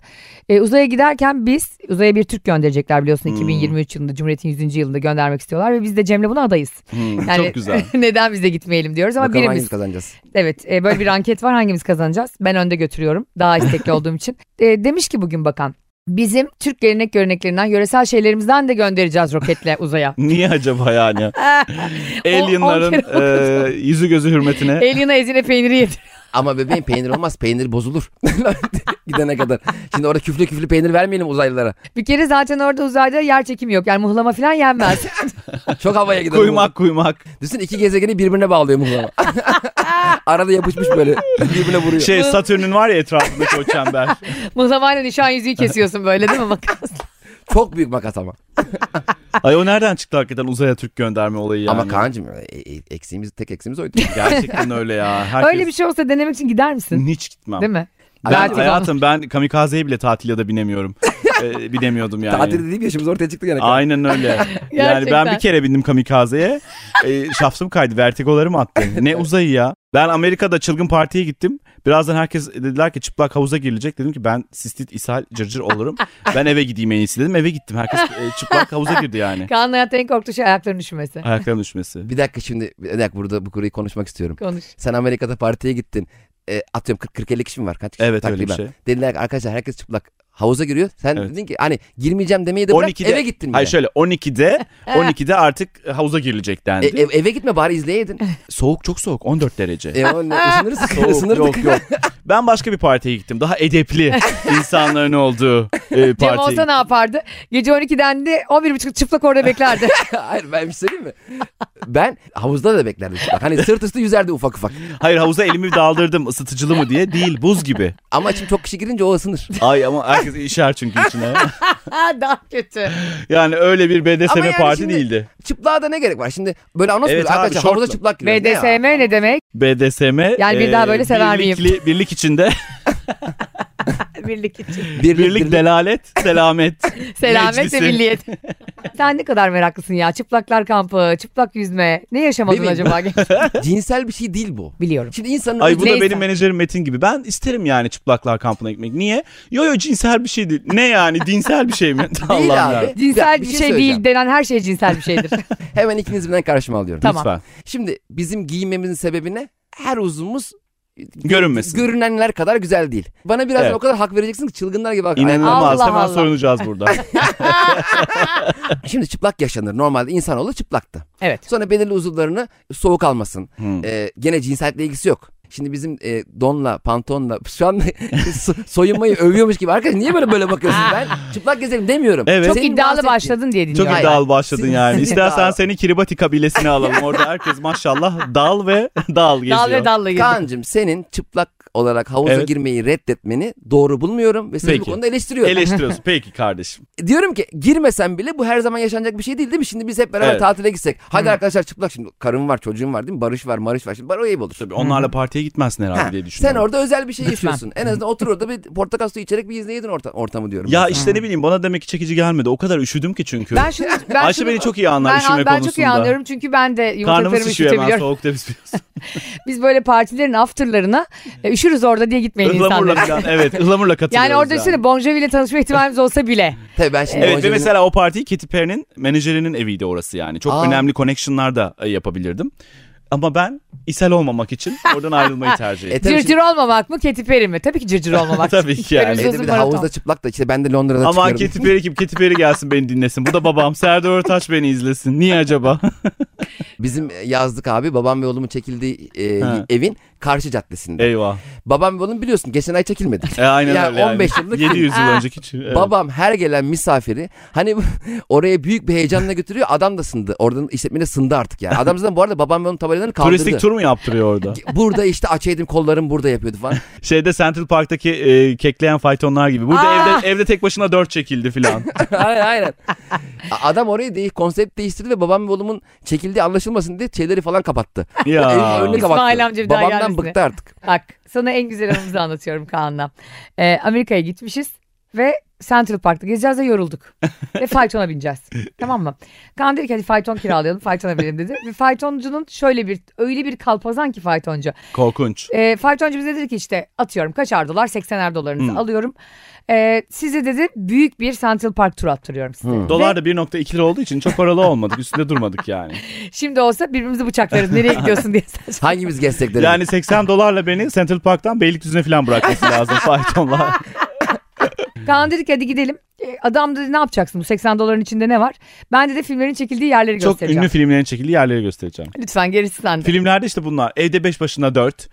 E, uzaya giderken biz uzaya bir Türk gönderecekler biliyorsun
Hmm.
2023 yılında Cumhuriyet'in 100. yılında göndermek istiyorlar ve biz de Cem'le buna adayız.
Hmm,
Yani-
Çok güzel.
Neden biz de gitmeyelim diyoruz ama
Bakalım
birimiz
hangimiz kazanacağız.
Evet e, böyle bir anket var hangimiz kazanacağız? Ben önde götürüyorum daha istekli olduğum için. E, demiş ki bugün bakan bizim Türk gelenek göreneklerinden yöresel şeylerimizden de göndereceğiz roketle uzaya.
Niye acaba yani? Alienların
on kere
e, yüzü gözü hürmetine.
Alien'a ezine peyniri yedi.
Ama bebeğim peynir olmaz. Peynir bozulur. Gidene kadar. Şimdi orada küflü küflü peynir vermeyelim uzaylılara.
Bir kere zaten orada uzayda yer çekimi yok. Yani muhlama falan yenmez.
Çok havaya gider.
Kuymak kuymak.
Düşün iki gezegeni birbirine bağlıyor muhlama. Arada yapışmış böyle. Birbirine vuruyor.
Şey Satürn'ün var ya etrafındaki o çember.
Muhlamayla nişan yüzüğü kesiyorsun böyle değil mi? Makas.
Çok büyük makas ama.
Ay o nereden çıktı hakikaten uzaya Türk gönderme olayı yani.
Ama Kaan'cığım e- e- eksiğimiz, tek eksiğimiz oydu.
Gerçekten öyle ya. Herkes...
Öyle bir şey olsa denemek için gider misin?
Hiç gitmem.
Değil mi?
Ben
Zaten-
hayatım ben kamikazeye bile tatil ya da binemiyorum. Ee, binemiyordum yani.
Tatil dediğim yaşımız ortaya çıktı gene. Kaan.
Aynen öyle. yani
Gerçekten.
ben bir kere bindim kamikazeye. E, şafsım kaydı. Vertigolarım attı. Ne uzayı ya. Ben Amerika'da çılgın partiye gittim. Birazdan herkes dediler ki çıplak havuza girilecek. Dedim ki ben sistit, ishal, cırcır olurum. Ben eve gideyim en iyisi dedim. Eve gittim. Herkes e, çıplak havuza girdi yani.
Kaan'ın hayatta en korktuğu şey ayaklarının üşümesi.
Ayaklarının düşmesi.
Bir dakika şimdi bir dakika burada bu konuyu konuşmak istiyorum.
Konuş.
Sen Amerika'da partiye gittin. E, atıyorum 40-50 kişi mi var? Kaç kişi?
Evet öyle bir
Takriben.
şey.
Dediler ki arkadaşlar herkes çıplak. Havuza giriyor. Sen
Evet.
dedin ki hani girmeyeceğim demeyi de bırak
12'de
eve gittin bile.
Hayır şöyle 12'de 12'de artık havuza girilecek
E,
dendi.
ev- eve gitme bari izleyeydin.
soğuk çok soğuk 14 derece.
E o ne ısınırız?
Soğuk,
ısınırdık.
yok yok. Ben başka bir partiye gittim. Daha edepli insanların olduğu e,
Cem
partiye.
olsa ne yapardı? Gece 12'den de 11.30 çıplak orada beklerdi.
Hayır ben bir şey söyleyeyim mi? Ben havuzda da beklerdim. Bak, hani sırt üstü yüzerdi ufak ufak.
Hayır havuza elimi daldırdım ısıtıcılı mı diye. Değil buz gibi.
Ama şimdi çok kişi girince o ısınır.
Ay ama herkes işer çünkü içine.
Ha, Daha kötü.
Yani öyle bir BDSM
Ama yani
parti
şimdi-
değildi.
Çıplığa da ne gerek var? Şimdi böyle anons
Evet
evet,
abi,
arkadaşlar
şortla.
havuza çıplak giriyor. Ne ya?
BDSM ne demek?
BDSM.
Yani bir daha böyle sever miyim?
e, birlikli- Birlik içinde.
Birlik için.
Birlik,
birlik
birlik.
delalet, selamet.
Selamet ve
Meclisi.
milliyet. Sen ne kadar meraklısın ya. Çıplaklar kampı, çıplak yüzme. Ne yaşamadın
Bebeğim.
acaba?
Cinsel bir şey değil bu.
Biliyorum.
Şimdi insanın
Ay bu da
Neyse.
benim menajerim Metin gibi. Ben isterim yani çıplaklar kampına gitmek. Niye? Yo yo cinsel bir şey değil. Ne yani dinsel bir şey mi?
değil
Allah'ım
abi.
ya.
Cinsel bir, şey,
söyleyeceğim.
değil denen her şey cinsel bir şeydir.
Hemen ikiniz birden karşıma alıyorum.
Tamam.
Lütfen.
Şimdi bizim giyinmemizin sebebi ne? Her uzvumuz
Görünmesin.
görünenler kadar güzel değil. Bana birazdan
Evet.
o kadar hak vereceksin ki çılgınlar gibi hak.
İnanılmaz.
Allah
Hemen
Allah.
soyunacağız burada.
Ay- Şimdi çıplak yaşanır. Normalde insanoğlu çıplaktı.
Evet.
Sonra belirli uzuvlarını soğuk almasın.
Hmm.
Ee, gene cinsellikle ilgisi yok. Şimdi bizim e, donla, pantonla şu an so- soyunmayı övüyormuş gibi. Arkadaş niye böyle böyle bakıyorsun? Ben çıplak gezerim demiyorum.
Evet.
Çok
Seni
iddialı
rahatsız ettiğin-
başladın diye
Çok
dinliyorum.
Hayır.
iddialı başladın
Siz-
yani.
siz-
İstersen
Dal.
seni Kiribati kabilesine alalım. Orada herkes maşallah dal ve dal geziyor.
Dal ve dalla girdi.
Kaan'cığım senin çıplak olarak havuza
Evet.
girmeyi reddetmeni doğru bulmuyorum ve seni
Peki.
bu konuda eleştiriyorum. E,
Eleştiriyorsun. Peki kardeşim.
Diyorum ki girmesen bile bu her zaman yaşanacak bir şey değil değil mi? Şimdi biz hep beraber
Evet.
tatile gitsek. Hadi arkadaşlar çıplak şimdi karım var çocuğum var değil mi? Barış var marış var. Şimdi baro ayıp olur.
Tabii onlarla partiye gitmezsin herhalde
Ha,
diye
sen
düşünüyorum.
orada özel bir şey yaşıyorsun. En azından otur orada bir portakal suyu içerek bir izleydin orta, ortamı diyorum.
Ya
ben.
işte ne bileyim bana demek ki çekici gelmedi. O kadar üşüdüm ki çünkü.
Ben şunu, ben
Ayşe
şunu-
beni çok iyi anlar
ben,
üşüme
ben
konusunda.
çok iyi anlıyorum çünkü ben de
Karnımız
yumurtalarımı
şişiyor hemen
üşütebiliyorum.
soğukta biz biliyorsun.
Biz böyle partilerin afterlarına e, üşürüz orada diye gitmeyin
Ihlamurla
insanlara.
falan. Evet ıhlamurla katılıyoruz.
Yani orada düşünsene Bon Jovi ile tanışma ihtimalimiz olsa bile.
Tabii ben şimdi
Evet ve
Bonjour'un-
mesela o partiyi Katy Perry'nin menajerinin eviydi orası yani. Çok
Aa.
önemli connection'lar da e, yapabilirdim. Ama ben ishal olmamak için oradan ayrılmayı tercih
E,
ettim.
tabii
Cırcır olmamak mı Katy Perry mi? Tabii ki cırcır olmamak.
Tabii ki yani.
Önümüzde
Evde bir de
zımpara
havuzda
tam.
çıplak da işte ben de Londra'da
Aman
çıkıyorum.
Katy Perry kim? Katy Perry gelsin beni dinlesin. Bu da babam. Serdar Ortaç beni izlesin. Niye acaba?
Bizim yazdık abi babam ve oğlumun çekildiği e,
Ha.
evin karşı caddesinde.
Eyvah.
Babam ve oğlum biliyorsun geçen ay çekilmedi.
E, aynen
Ya,
öyle yani.
15 yıllık
700 yıl önceki. e, için. Evet.
Babam her gelen misafiri hani oraya büyük bir heyecanla götürüyor. Adam da sındı. Oradan işletmene sındı artık yani. Adam zaten bu arada babam ve onun görevlerini kaldırdı.
Turistik tur mu yaptırıyor orada?
Burada işte açaydım kollarım burada yapıyordu falan.
Şeyde Central Park'taki e, kekleyen faytonlar gibi. Burada
Aa!
evde evde tek başına dört çekildi filan.
aynen aynen. A- Adam orayı değil konsept değiştirdi ve babam ve oğlumun çekildiği anlaşılmasın diye şeyleri falan kapattı.
ya.
Önünü kapattı.
İsmail amca bir daha
Babamdan
gelmesin.
bıktı artık.
Bak sana en güzel anımızı anlatıyorum Kaan'la. Ee, Amerika'ya gitmişiz ve Central Park'ta gezeceğiz ve yorulduk. ve faytona bineceğiz. Tamam mı? Kaan dedi ki hadi fayton kiralayalım faytona binelim dedi. Ve faytoncunun şöyle bir öyle bir kalpazan ki faytoncu.
Korkunç.
E, faytoncu bize dedi ki işte atıyorum kaçar dolar 80'er dolarınızı
Hmm.
alıyorum. Ee, size dedi büyük bir Central Park tur attırıyorum size.
Hmm.
Dolar da 1.2 lira olduğu için çok paralı olmadık. Üstünde durmadık yani.
Şimdi olsa birbirimizi bıçaklarız nereye gidiyorsun diye. saçma.
Hangimiz gezsek derim.
Yani 80 dolarla beni Central Park'tan Beylikdüzü'ne falan bırakması lazım faytonla.
Kaan dedi ki hadi gidelim. Ee, Adam dedi ne yapacaksın bu 80 doların içinde ne var? Ben dedi filmlerin çekildiği yerleri
Çok
göstereceğim.
ünlü filmlerin çekildiği yerleri göstereceğim.
Lütfen gerisi sende.
Filmlerde işte bunlar. Evde 5 başına 4.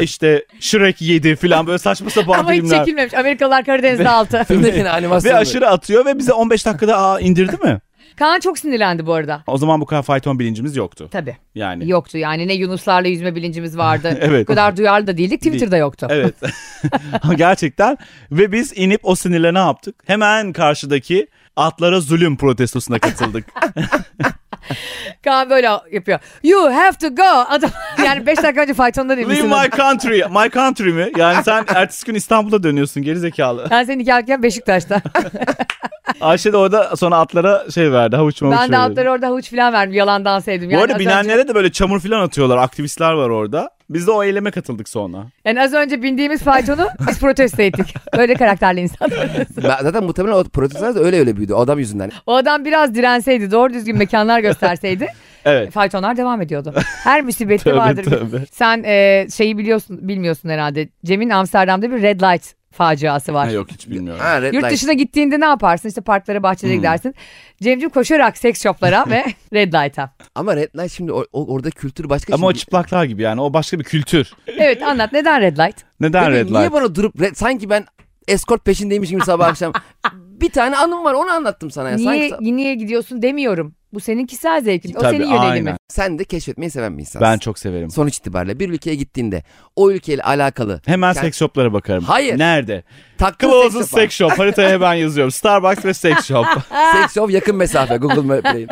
işte Shrek 7 falan böyle saçma sapan
Ama hiç
filmler.
çekilmemiş. Amerikalılar Karadeniz'de altı.
Filmdeki animasyon.
Ve
mu?
aşırı atıyor ve bize 15 dakikada aa indirdi mi?
Kaan çok sinirlendi bu arada.
O zaman bu kadar fayton bilincimiz yoktu.
Tabii.
Yani.
Yoktu yani ne Yunuslarla yüzme bilincimiz vardı.
Evet.
O kadar duyarlı da değildik. Twitter'da yoktu.
Evet. Gerçekten. Ve biz inip o sinirle ne yaptık? Hemen karşıdaki atlara zulüm protestosuna katıldık.
Kaan böyle yapıyor. You have to go. Adam yani 5 dakika önce faytonda değil.
Leave my country. My country mi? Yani sen ertesi gün İstanbul'a dönüyorsun geri zekalı.
Ben seni gelirken Beşiktaş'ta.
Ayşe de orada sonra atlara şey verdi. Havuç mavuç
ben de
verdi.
atları orada havuç falan verdim. Yalandan sevdim.
Bu
Yani
arada
az
binenlere
önce-
de böyle çamur falan atıyorlar. Aktivistler var orada. Biz de o eyleme katıldık sonra.
yani az önce bindiğimiz faytonu biz protesto ettik. Böyle karakterli insanlar.
Ben- zaten muhtemelen o protestler da öyle öyle büyüdü. O adam yüzünden.
O adam biraz direnseydi, doğru düzgün mekanlar gösterseydi
Evet.
faytonlar devam ediyordu. Her musibette
Tövbe,
vardır. bir-
tövbe.
Sen e, şeyi biliyorsun bilmiyorsun herhalde. Cem'in Amsterdam'da bir red light faciası var.
Ha, yok hiç bilmiyorum.
Ha, red
Yurt
light.
dışına gittiğinde ne yaparsın? İşte parklara, bahçelere
Hmm.
gidersin. Cem'cim koşarak seks shoplara ve red light'a.
Ama Red Light şimdi o- o- orada kültür başka.
Ama o
şimdi-
çıplaklar gibi yani. O başka bir kültür.
Evet anlat neden red light?
Neden
Bebeğim,
red
Niye
light?
bana durup red, sanki ben eskort peşindeymiş gibi sabah akşam. Bir tane anım var onu anlattım sana. Ya.
Niye,
Sanki,
niye gidiyorsun demiyorum. Bu senin kişisel zevkin. O
Tabii,
senin yönelimin.
aynen.
sen de keşfetmeyi seven bir insansın.
Ben çok severim.
Sonuç itibariyle bir ülkeye gittiğinde o ülkeyle alakalı
Hemen
Sen-
seks shoplara bakarım.
Hayır.
Nerede?
taktığın
Close'un
seks shop var.
sex shop. Haritaya hemen yazıyorum. Starbucks ve sex shop.
Sex shop yakın mesafe Google Map'teyim.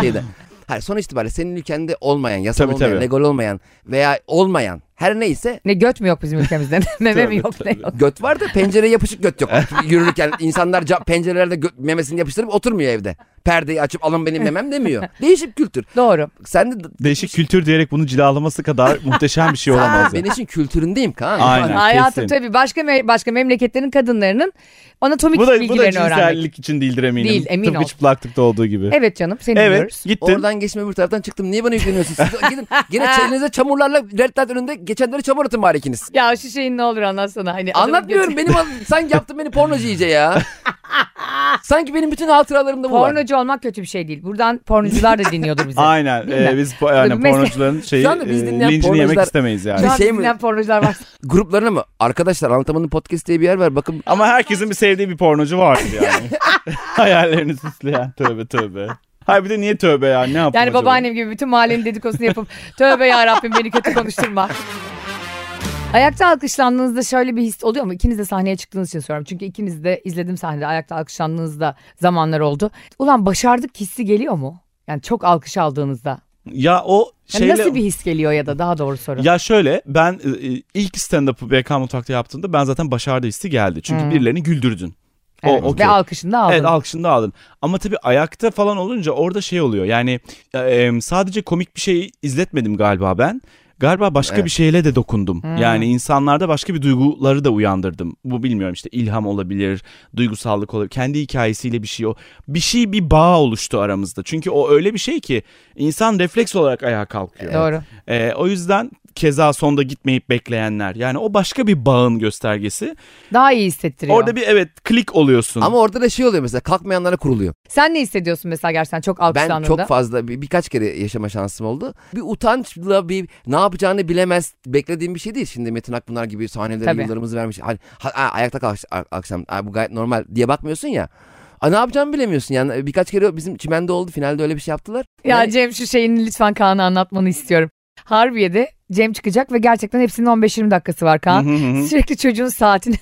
Şeyde. Hayır sonuç itibariyle senin ülkende olmayan, yasal
Tabii,
olmayan,
tabii.
legal olmayan veya olmayan her neyse
Ne göt mü yok bizim ülkemizde? Meme mi
Tabii,
yok ne
tabii.
yok?
göt var da pencereye yapışık göt yok. Yürürken insanlar ca- pencerelerde gö- memesini yapıştırıp oturmuyor evde. Perdeyi açıp alın benim memem demiyor. Değişik kültür.
Doğru.
Sen de
Değişik kültür diyerek bunu cilalaması kadar muhteşem bir şey olamaz.
Aa, benim için kültüründeyim Kaan.
Aynen.
Hayatım
kesin.
tabii başka me- başka memleketlerin kadınlarının anatomik
Bu da, bu da
bilgilerini öğrenmek.
cinsellik için değildir eminim.
Değil, emin
Tıpkı
ol.
çıplaklıkta olduğu gibi.
Evet canım seni
Evet,
dinliyoruz.
gittim.
Oradan geçme bir taraftan çıktım. Niye bana yükleniyorsun? Siz gidin. Gene çelinize çamurlarla red light önünde geçenleri çamur atın bari ikiniz.
Ya şu şeyin ne olur anlatsana. Hani adamın
Anlatmıyorum
götü-
benim an- sanki yaptın beni pornocu iyice ya. Sanki benim bütün hatıralarımda bu var.
Pornocu olmak kötü bir şey değil. Buradan pornocular da dinliyordur bizi.
Aynen.
Değil
Ee,
mi?
biz po- yani
Tabii mesela-
pornocuların şeyi,
Şu anda biz
e,
dinleyen
lincini yemek
pornocular-
istemeyiz yani.
Şu an
şey
bizi
mi-
dinleyen pornocular var.
Gruplarına mı? Arkadaşlar Anlatamanın podcast diye bir yer var. Bakın
Ama herkesin bir sevdiği bir pornocu vardır yani. Hayallerini süsleyen. Tövbe tövbe. Hayır bir de niye tövbe ya? Ne yaptım
Yani
acaba?
babaannem gibi bütün mahallenin dedikodusunu yapıp tövbe ya Rabbim beni kötü konuşturma. Ayakta alkışlandığınızda şöyle bir his oluyor mu? İkiniz de sahneye çıktığınız için soruyorum. Çünkü ikiniz de izledim sahnede ayakta alkışlandığınızda zamanlar oldu. Ulan başardık hissi geliyor mu? Yani çok alkış aldığınızda.
Ya o
Yani
şeyle...
Nasıl bir his geliyor ya da daha doğru soru.
Ya şöyle ben e, e, ilk stand-up'ı BK Mutfak'ta yaptığımda ben zaten başardı hissi geldi. Çünkü
Hmm.
birilerini güldürdün. O,
Evet.
okey.
Ve alkışını da aldın.
Evet alkışını da aldın. Ama tabii ayakta falan olunca orada şey oluyor. Yani e, e, sadece komik bir şey izletmedim galiba ben. Galiba başka
Evet.
bir şeyle de dokundum. Yani insanlarda başka bir duyguları da uyandırdım. Bu bilmiyorum işte ilham olabilir, duygusallık olabilir. Kendi hikayesiyle bir şey o. Bir şey bir bağ oluştu aramızda. Çünkü o öyle bir şey ki insan refleks olarak ayağa kalkıyor.
Doğru.
E, o yüzden keza sonda gitmeyip bekleyenler. Yani o başka bir bağın göstergesi.
Daha iyi hissettiriyor.
Orada bir evet klik oluyorsun.
ama orada da şey oluyor mesela kalkmayanlara kuruluyor.
Sen ne hissediyorsun mesela gerçekten çok alkışlandığında?
Ben çok fazla bir, birkaç kere yaşama şansım oldu. Bir utançla bir ne yapacağını bilemez beklediğim bir şey değil. Şimdi Metin Akpınar gibi sahnelere
Tabii.
yıllarımızı vermiş. Hani, ha, ha, ayakta kalk a- akşam "Aa, bu gayet normal diye bakmıyorsun ya. Aa, ne yapacağımı bilemiyorsun e, yani birkaç kere bizim çimende oldu finalde öyle bir şey yaptılar.
Ya
Yani-
Cem şu şeyini lütfen Kaan'a anlatmanı istiyorum. Harbiye'de Cem çıkacak ve gerçekten hepsinin 15-20 dakikası var Kaan. Sürekli çocuğun saatini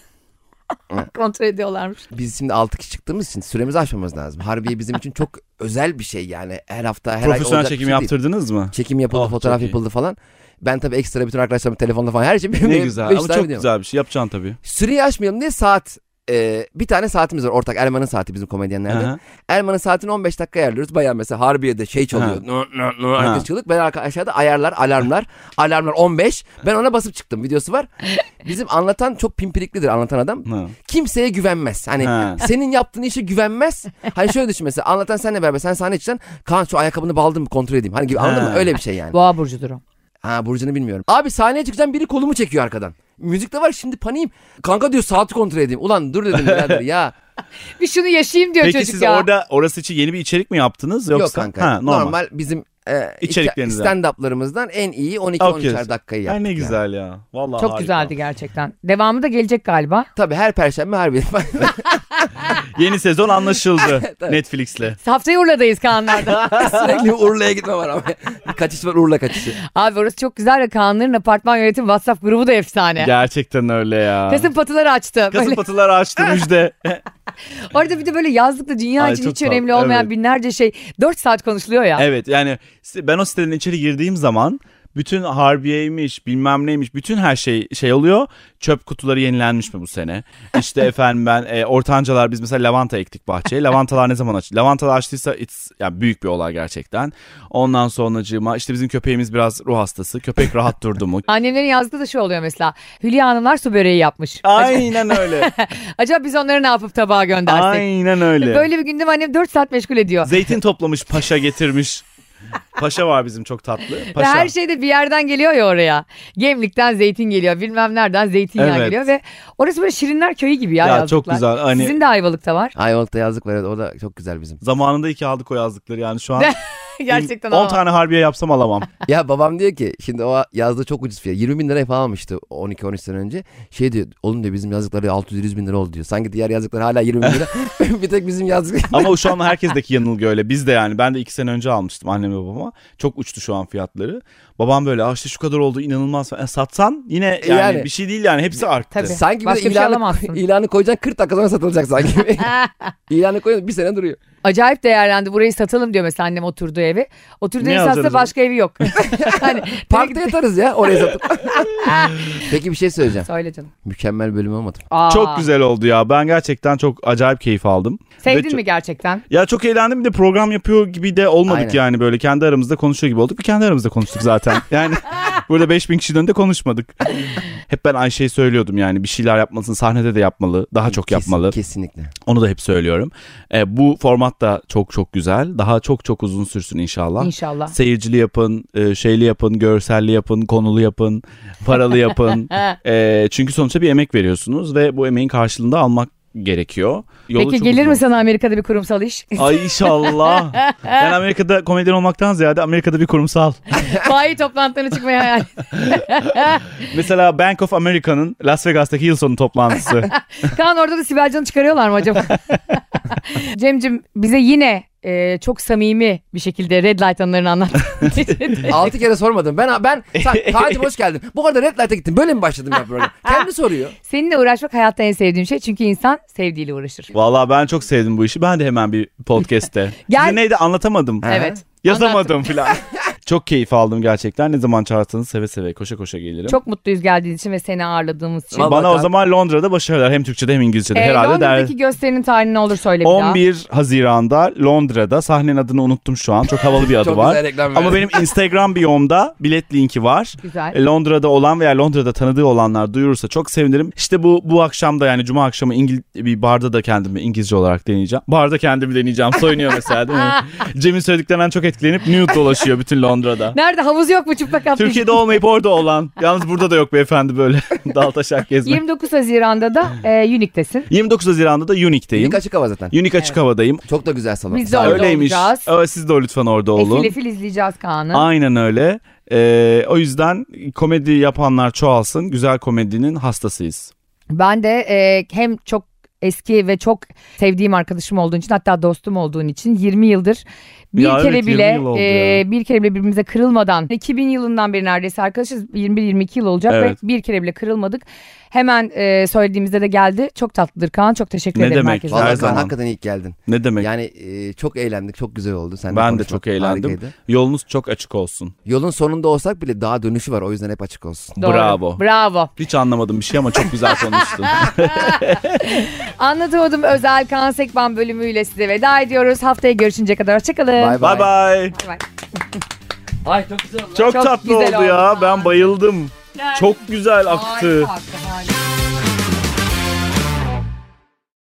kontrol ediyorlarmış.
Biz şimdi 6 kişi çıktığımız için süremizi aşmamız lazım. Harbiye bizim için çok özel bir şey yani. Her hafta her ay
Profesyonel
olacak
çekim
bir şey değil.
yaptırdınız mı?
Çekim yapıldı,
Oh,
fotoğraf
çok iyi.
yapıldı falan. Ben tabii ekstra bütün arkadaşlarımın telefonla falan her şey.
Ne
benim
güzel
beş
ama
tane
çok
videom.
güzel bir şey yapacaksın tabii.
Süreyi aşmayalım diye saat. e, bir tane saatimiz var ortak. Erman'ın saati bizim komedyenlerde.
Aha.
Erman'ın saatini 15 dakika ayarlıyoruz. Bayağı mesela Harbiye'de şey çalıyor.
Ha.
No, no, no,
Ha.
herkes çığlık. Ben arka, aşağıda ayarlar, alarmlar. alarmlar 15. Ben ona basıp çıktım. Videosu var. Bizim anlatan çok pimpiriklidir anlatan adam.
Ha.
Kimseye güvenmez. Hani
Ha.
senin yaptığın işe güvenmez. Hani şöyle düşün mesela anlatan senle beraber sen sahne çıkacaksın. Kaan şu ayakkabını bağladım kontrol edeyim. Hani gibi anladın mı?
Ha.
Öyle bir şey yani.
Boğa burcu durum.
Ha Burcu'nu bilmiyorum. Abi sahneye çıkacağım biri kolumu çekiyor arkadan. Müzik de var şimdi paniğim. Kanka diyor saati kontrol edeyim. Ulan dur dedim birader ya.
Bir şunu yaşayayım diyor
Peki
çocuk
siz
ya.
orada orası için yeni bir içerik mi yaptınız yoksa?
Yok kanka.
Ha,
normal.
normal.
bizim e,
İçeriklerinizden.
stand-up'larımızdan en iyi 12-13'er
Okey.
dakikayı
Ay
yaptık.
ne
yani.
güzel ya. Vallahi
Çok
harika.
güzeldi gerçekten. Devamı da gelecek galiba.
Tabii her perşembe her bir.
Yeni sezon anlaşıldı Netflix'le.
Haftaya Urla'dayız Kaanlar'da.
Sürekli Urla'ya gitme var ama. Bir kaçış var Urla kaçışı.
Abi orası çok güzel ve Kaanların apartman yönetim WhatsApp grubu da efsane.
Gerçekten öyle ya.
Kasım patıları açtı.
Kasım
Böyle-
patıları açtı müjde.
Orada bir de böyle yazlıkta dünya
Ay,
için
çok
hiç
tatlı,
önemli olmayan
evet.
binlerce şey 4 saat konuşuluyor ya.
evet yani si- ben o sitenin içeri girdiğim zaman bütün harbiyeymiş bilmem neymiş bütün her şey şey oluyor. Çöp kutuları yenilenmiş mi bu sene? İşte efendim ben e, ortancalar biz mesela lavanta ektik bahçeye. Lavantalar ne zaman aç? Lavantalar açtıysa it's, yani büyük bir olay gerçekten. Ondan sonracığıma işte bizim köpeğimiz biraz ruh hastası. Köpek rahat durdu mu?
Annemlerin yazdığı da şu oluyor mesela. Hülya Hanımlar su böreği yapmış.
Aynen öyle.
Acaba biz onları ne yapıp tabağa göndersek?
Aynen öyle.
Böyle bir gündem annem 4 saat meşgul ediyor.
Zeytin toplamış paşa getirmiş. Paşa var bizim çok tatlı.
Ve
Paşa.
her şey de bir yerden geliyor ya oraya. Gemlik'ten zeytin geliyor. Bilmem nereden zeytinyağı
Evet.
geliyor. Ve orası böyle Şirinler Köyü gibi ya,
ya çok
yazlıklar.
güzel. Hani
Sizin de Ayvalık'ta var.
Ayvalık'ta yazlık var evet o da çok güzel bizim.
zamanında iki aldık o yazdıkları yani şu an.
Gerçekten
10
ama.
tane harbiye yapsam alamam.
Ya babam diyor ki şimdi o yazlığı çok ucuz fiyat. 20 bin liraya falan almıştı 12-13 sene önce. Şey diyor oğlum diyor bizim yazlıkları 600-700 bin lira oldu diyor. Sanki diğer yazlıklar hala 20 bin lira. bir tek bizim yazlık.
Ama şu an herkesteki yanılgı öyle. Biz de yani ben de 2 sene önce almıştım anneme babama. Çok uçtu şu an fiyatları. Babam böyle "Aa işte şu kadar oldu inanılmaz. falan." E, satsan yine yani,
Yani.
bir şey değil yani hepsi arttı.
Tabii.
Sanki bir de
Başka bir şey
ilanı,
alamazsın.
ilanı koyacaksın 40 dakika sonra satılacak sanki. ilanı koyacaksın bir sene duruyor.
Acayip değerlendi. Burayı satalım diyor mesela annem oturduğu evi. Oturduğu
Ne
evi satsa
alacağız?
başka evi yok. hani
Parkta yatarız ya oraya satıp. Peki bir şey söyleyeceğim.
Söyle canım.
Mükemmel bölüm olmadı mı?
Aa,
Çok güzel oldu ya. Ben gerçekten çok acayip keyif aldım. Ve
Sevdin
çok-
mi gerçekten?
Ya çok eğlendim bir de program yapıyor gibi de olmadık
Aynen.
yani böyle kendi aramızda konuşuyor gibi olduk. Bir kendi aramızda konuştuk zaten. Yani burada 5000 kişinin önünde konuşmadık. Hep ben Ayşe'ye söylüyordum yani bir şeyler yapmasın sahnede de yapmalı. Daha çok
Kesin-
yapmalı.
Kesinlikle.
Onu da hep söylüyorum. E, bu format da çok çok güzel. Daha çok çok uzun sürsün inşallah.
İnşallah.
Seyircili yapın, e, şeyli yapın, görselli yapın, konulu yapın, paralı yapın. E, çünkü sonuçta bir emek veriyorsunuz ve bu emeğin karşılığında almak gerekiyor. Yolu
Peki
çok
gelir
uzun.
mi sana Amerika'da bir kurumsal iş?
Ay inşallah. Ben Amerika'da komedyen olmaktan ziyade Amerika'da bir kurumsal.
Bayi toplantılarına çıkmaya hayal.
Mesela Bank of America'nın Las Vegas'taki yıl sonu toplantısı.
Kaan orada da Sibel Can'ı çıkarıyorlar mı acaba? Cem'cim bize yine e, çok samimi bir şekilde Red Light anılarını anlat.
Altı kere sormadım. Ben ben sen Kaan'cığım hoş geldin. Bu arada Red Light'a gittim. Böyle mi başladım ya program? Kendi soruyor.
Seninle uğraşmak hayatta en sevdiğim şey. Çünkü insan sevdiğiyle uğraşır.
Vallahi ben çok sevdim bu işi. Ben de hemen bir podcast'te.
Gel.
Size neydi anlatamadım.
Ha.
Evet.
Yazamadım falan. çok keyif aldım gerçekten. Ne zaman çağırsanız seve seve koşa koşa gelirim.
Çok mutluyuz geldiğin için ve seni ağırladığımız için.
Vallahi
Bana o
kanka.
zaman Londra'da başarılar hem Türkçe'de hem İngilizce'de
E,
herhalde der.
Londra'daki gösterinin tarihini ne olur söyle bir daha.
11 Haziran'da Londra'da sahnenin adını unuttum şu an. Çok havalı bir adı
Çok
var.
güzel reklam
Ama
verdi.
benim Instagram biyomda bilet linki var.
Güzel.
E, Londra'da olan veya Londra'da tanıdığı olanlar duyurursa çok sevinirim. İşte bu bu akşam da yani cuma akşamı İngil bir barda da kendimi İngilizce olarak deneyeceğim. Barda kendimi deneyeceğim. Soyunuyor mesela değil mi? Cem'in söylediklerinden çok etkilenip nude dolaşıyor bütün Londra'da.
Nerede havuz yok mu çıplak atmış?
Türkiye'de olmayıp orada olan. Yalnız burada da yok beyefendi böyle dal taşak gezme.
29 Haziran'da da e, Unique'desin.
29 Haziran'da da Unique'deyim.
Bir açık hava zaten.
Unique açık havadayım.
Çok da güzel salon.
Biz de Orada
Öyleymiş.
olacağız.
Ee, Siz de lütfen orada
Efil
olun.
efil izleyeceğiz Kaan'ı.
Aynen öyle. Ee, o yüzden komedi yapanlar çoğalsın. Güzel komedinin hastasıyız.
Ben de e, hem çok eski ve çok sevdiğim arkadaşım olduğun için hatta dostum olduğun için 20 yıldır bir
Ya
kere
evet, 20
bile
yıl oldu
e,
ya.
bir kere bile birbirimize kırılmadan 2000 yılından beri neredeyse arkadaşız 21-22 yıl olacak
Evet.
ve bir kere bile kırılmadık. Hemen e, söylediğimizde de geldi. Çok tatlıdır Kaan. Çok teşekkür
Ne
ederim
demek?
herkese.
Her
Vallahi Kaan
zaman.
hakikaten iyi ki geldin.
Ne demek?
Yani e, çok eğlendik, çok güzel oldu. Seninle
ben de
konuşmak
çok eğlendim.
harikaydı.
Yolunuz çok açık olsun.
Yolun sonunda olsak bile daha dönüşü var o yüzden hep açık olsun.
Doğru.
Bravo.
Bravo.
Hiç anlamadım bir şey ama çok güzel konuştun.
Anlatamadım özel Kaan Sekban bölümüyle size veda ediyoruz. Haftaya görüşünceye kadar hoşçakalın.
Bay
bye bye.
Bay bay.
Ay çok güzel.
Çok
Çok, tatlı
güzel
oldu ya.
oldu.
Ben bayıldım. Çok güzel aktı.
Harika, harika.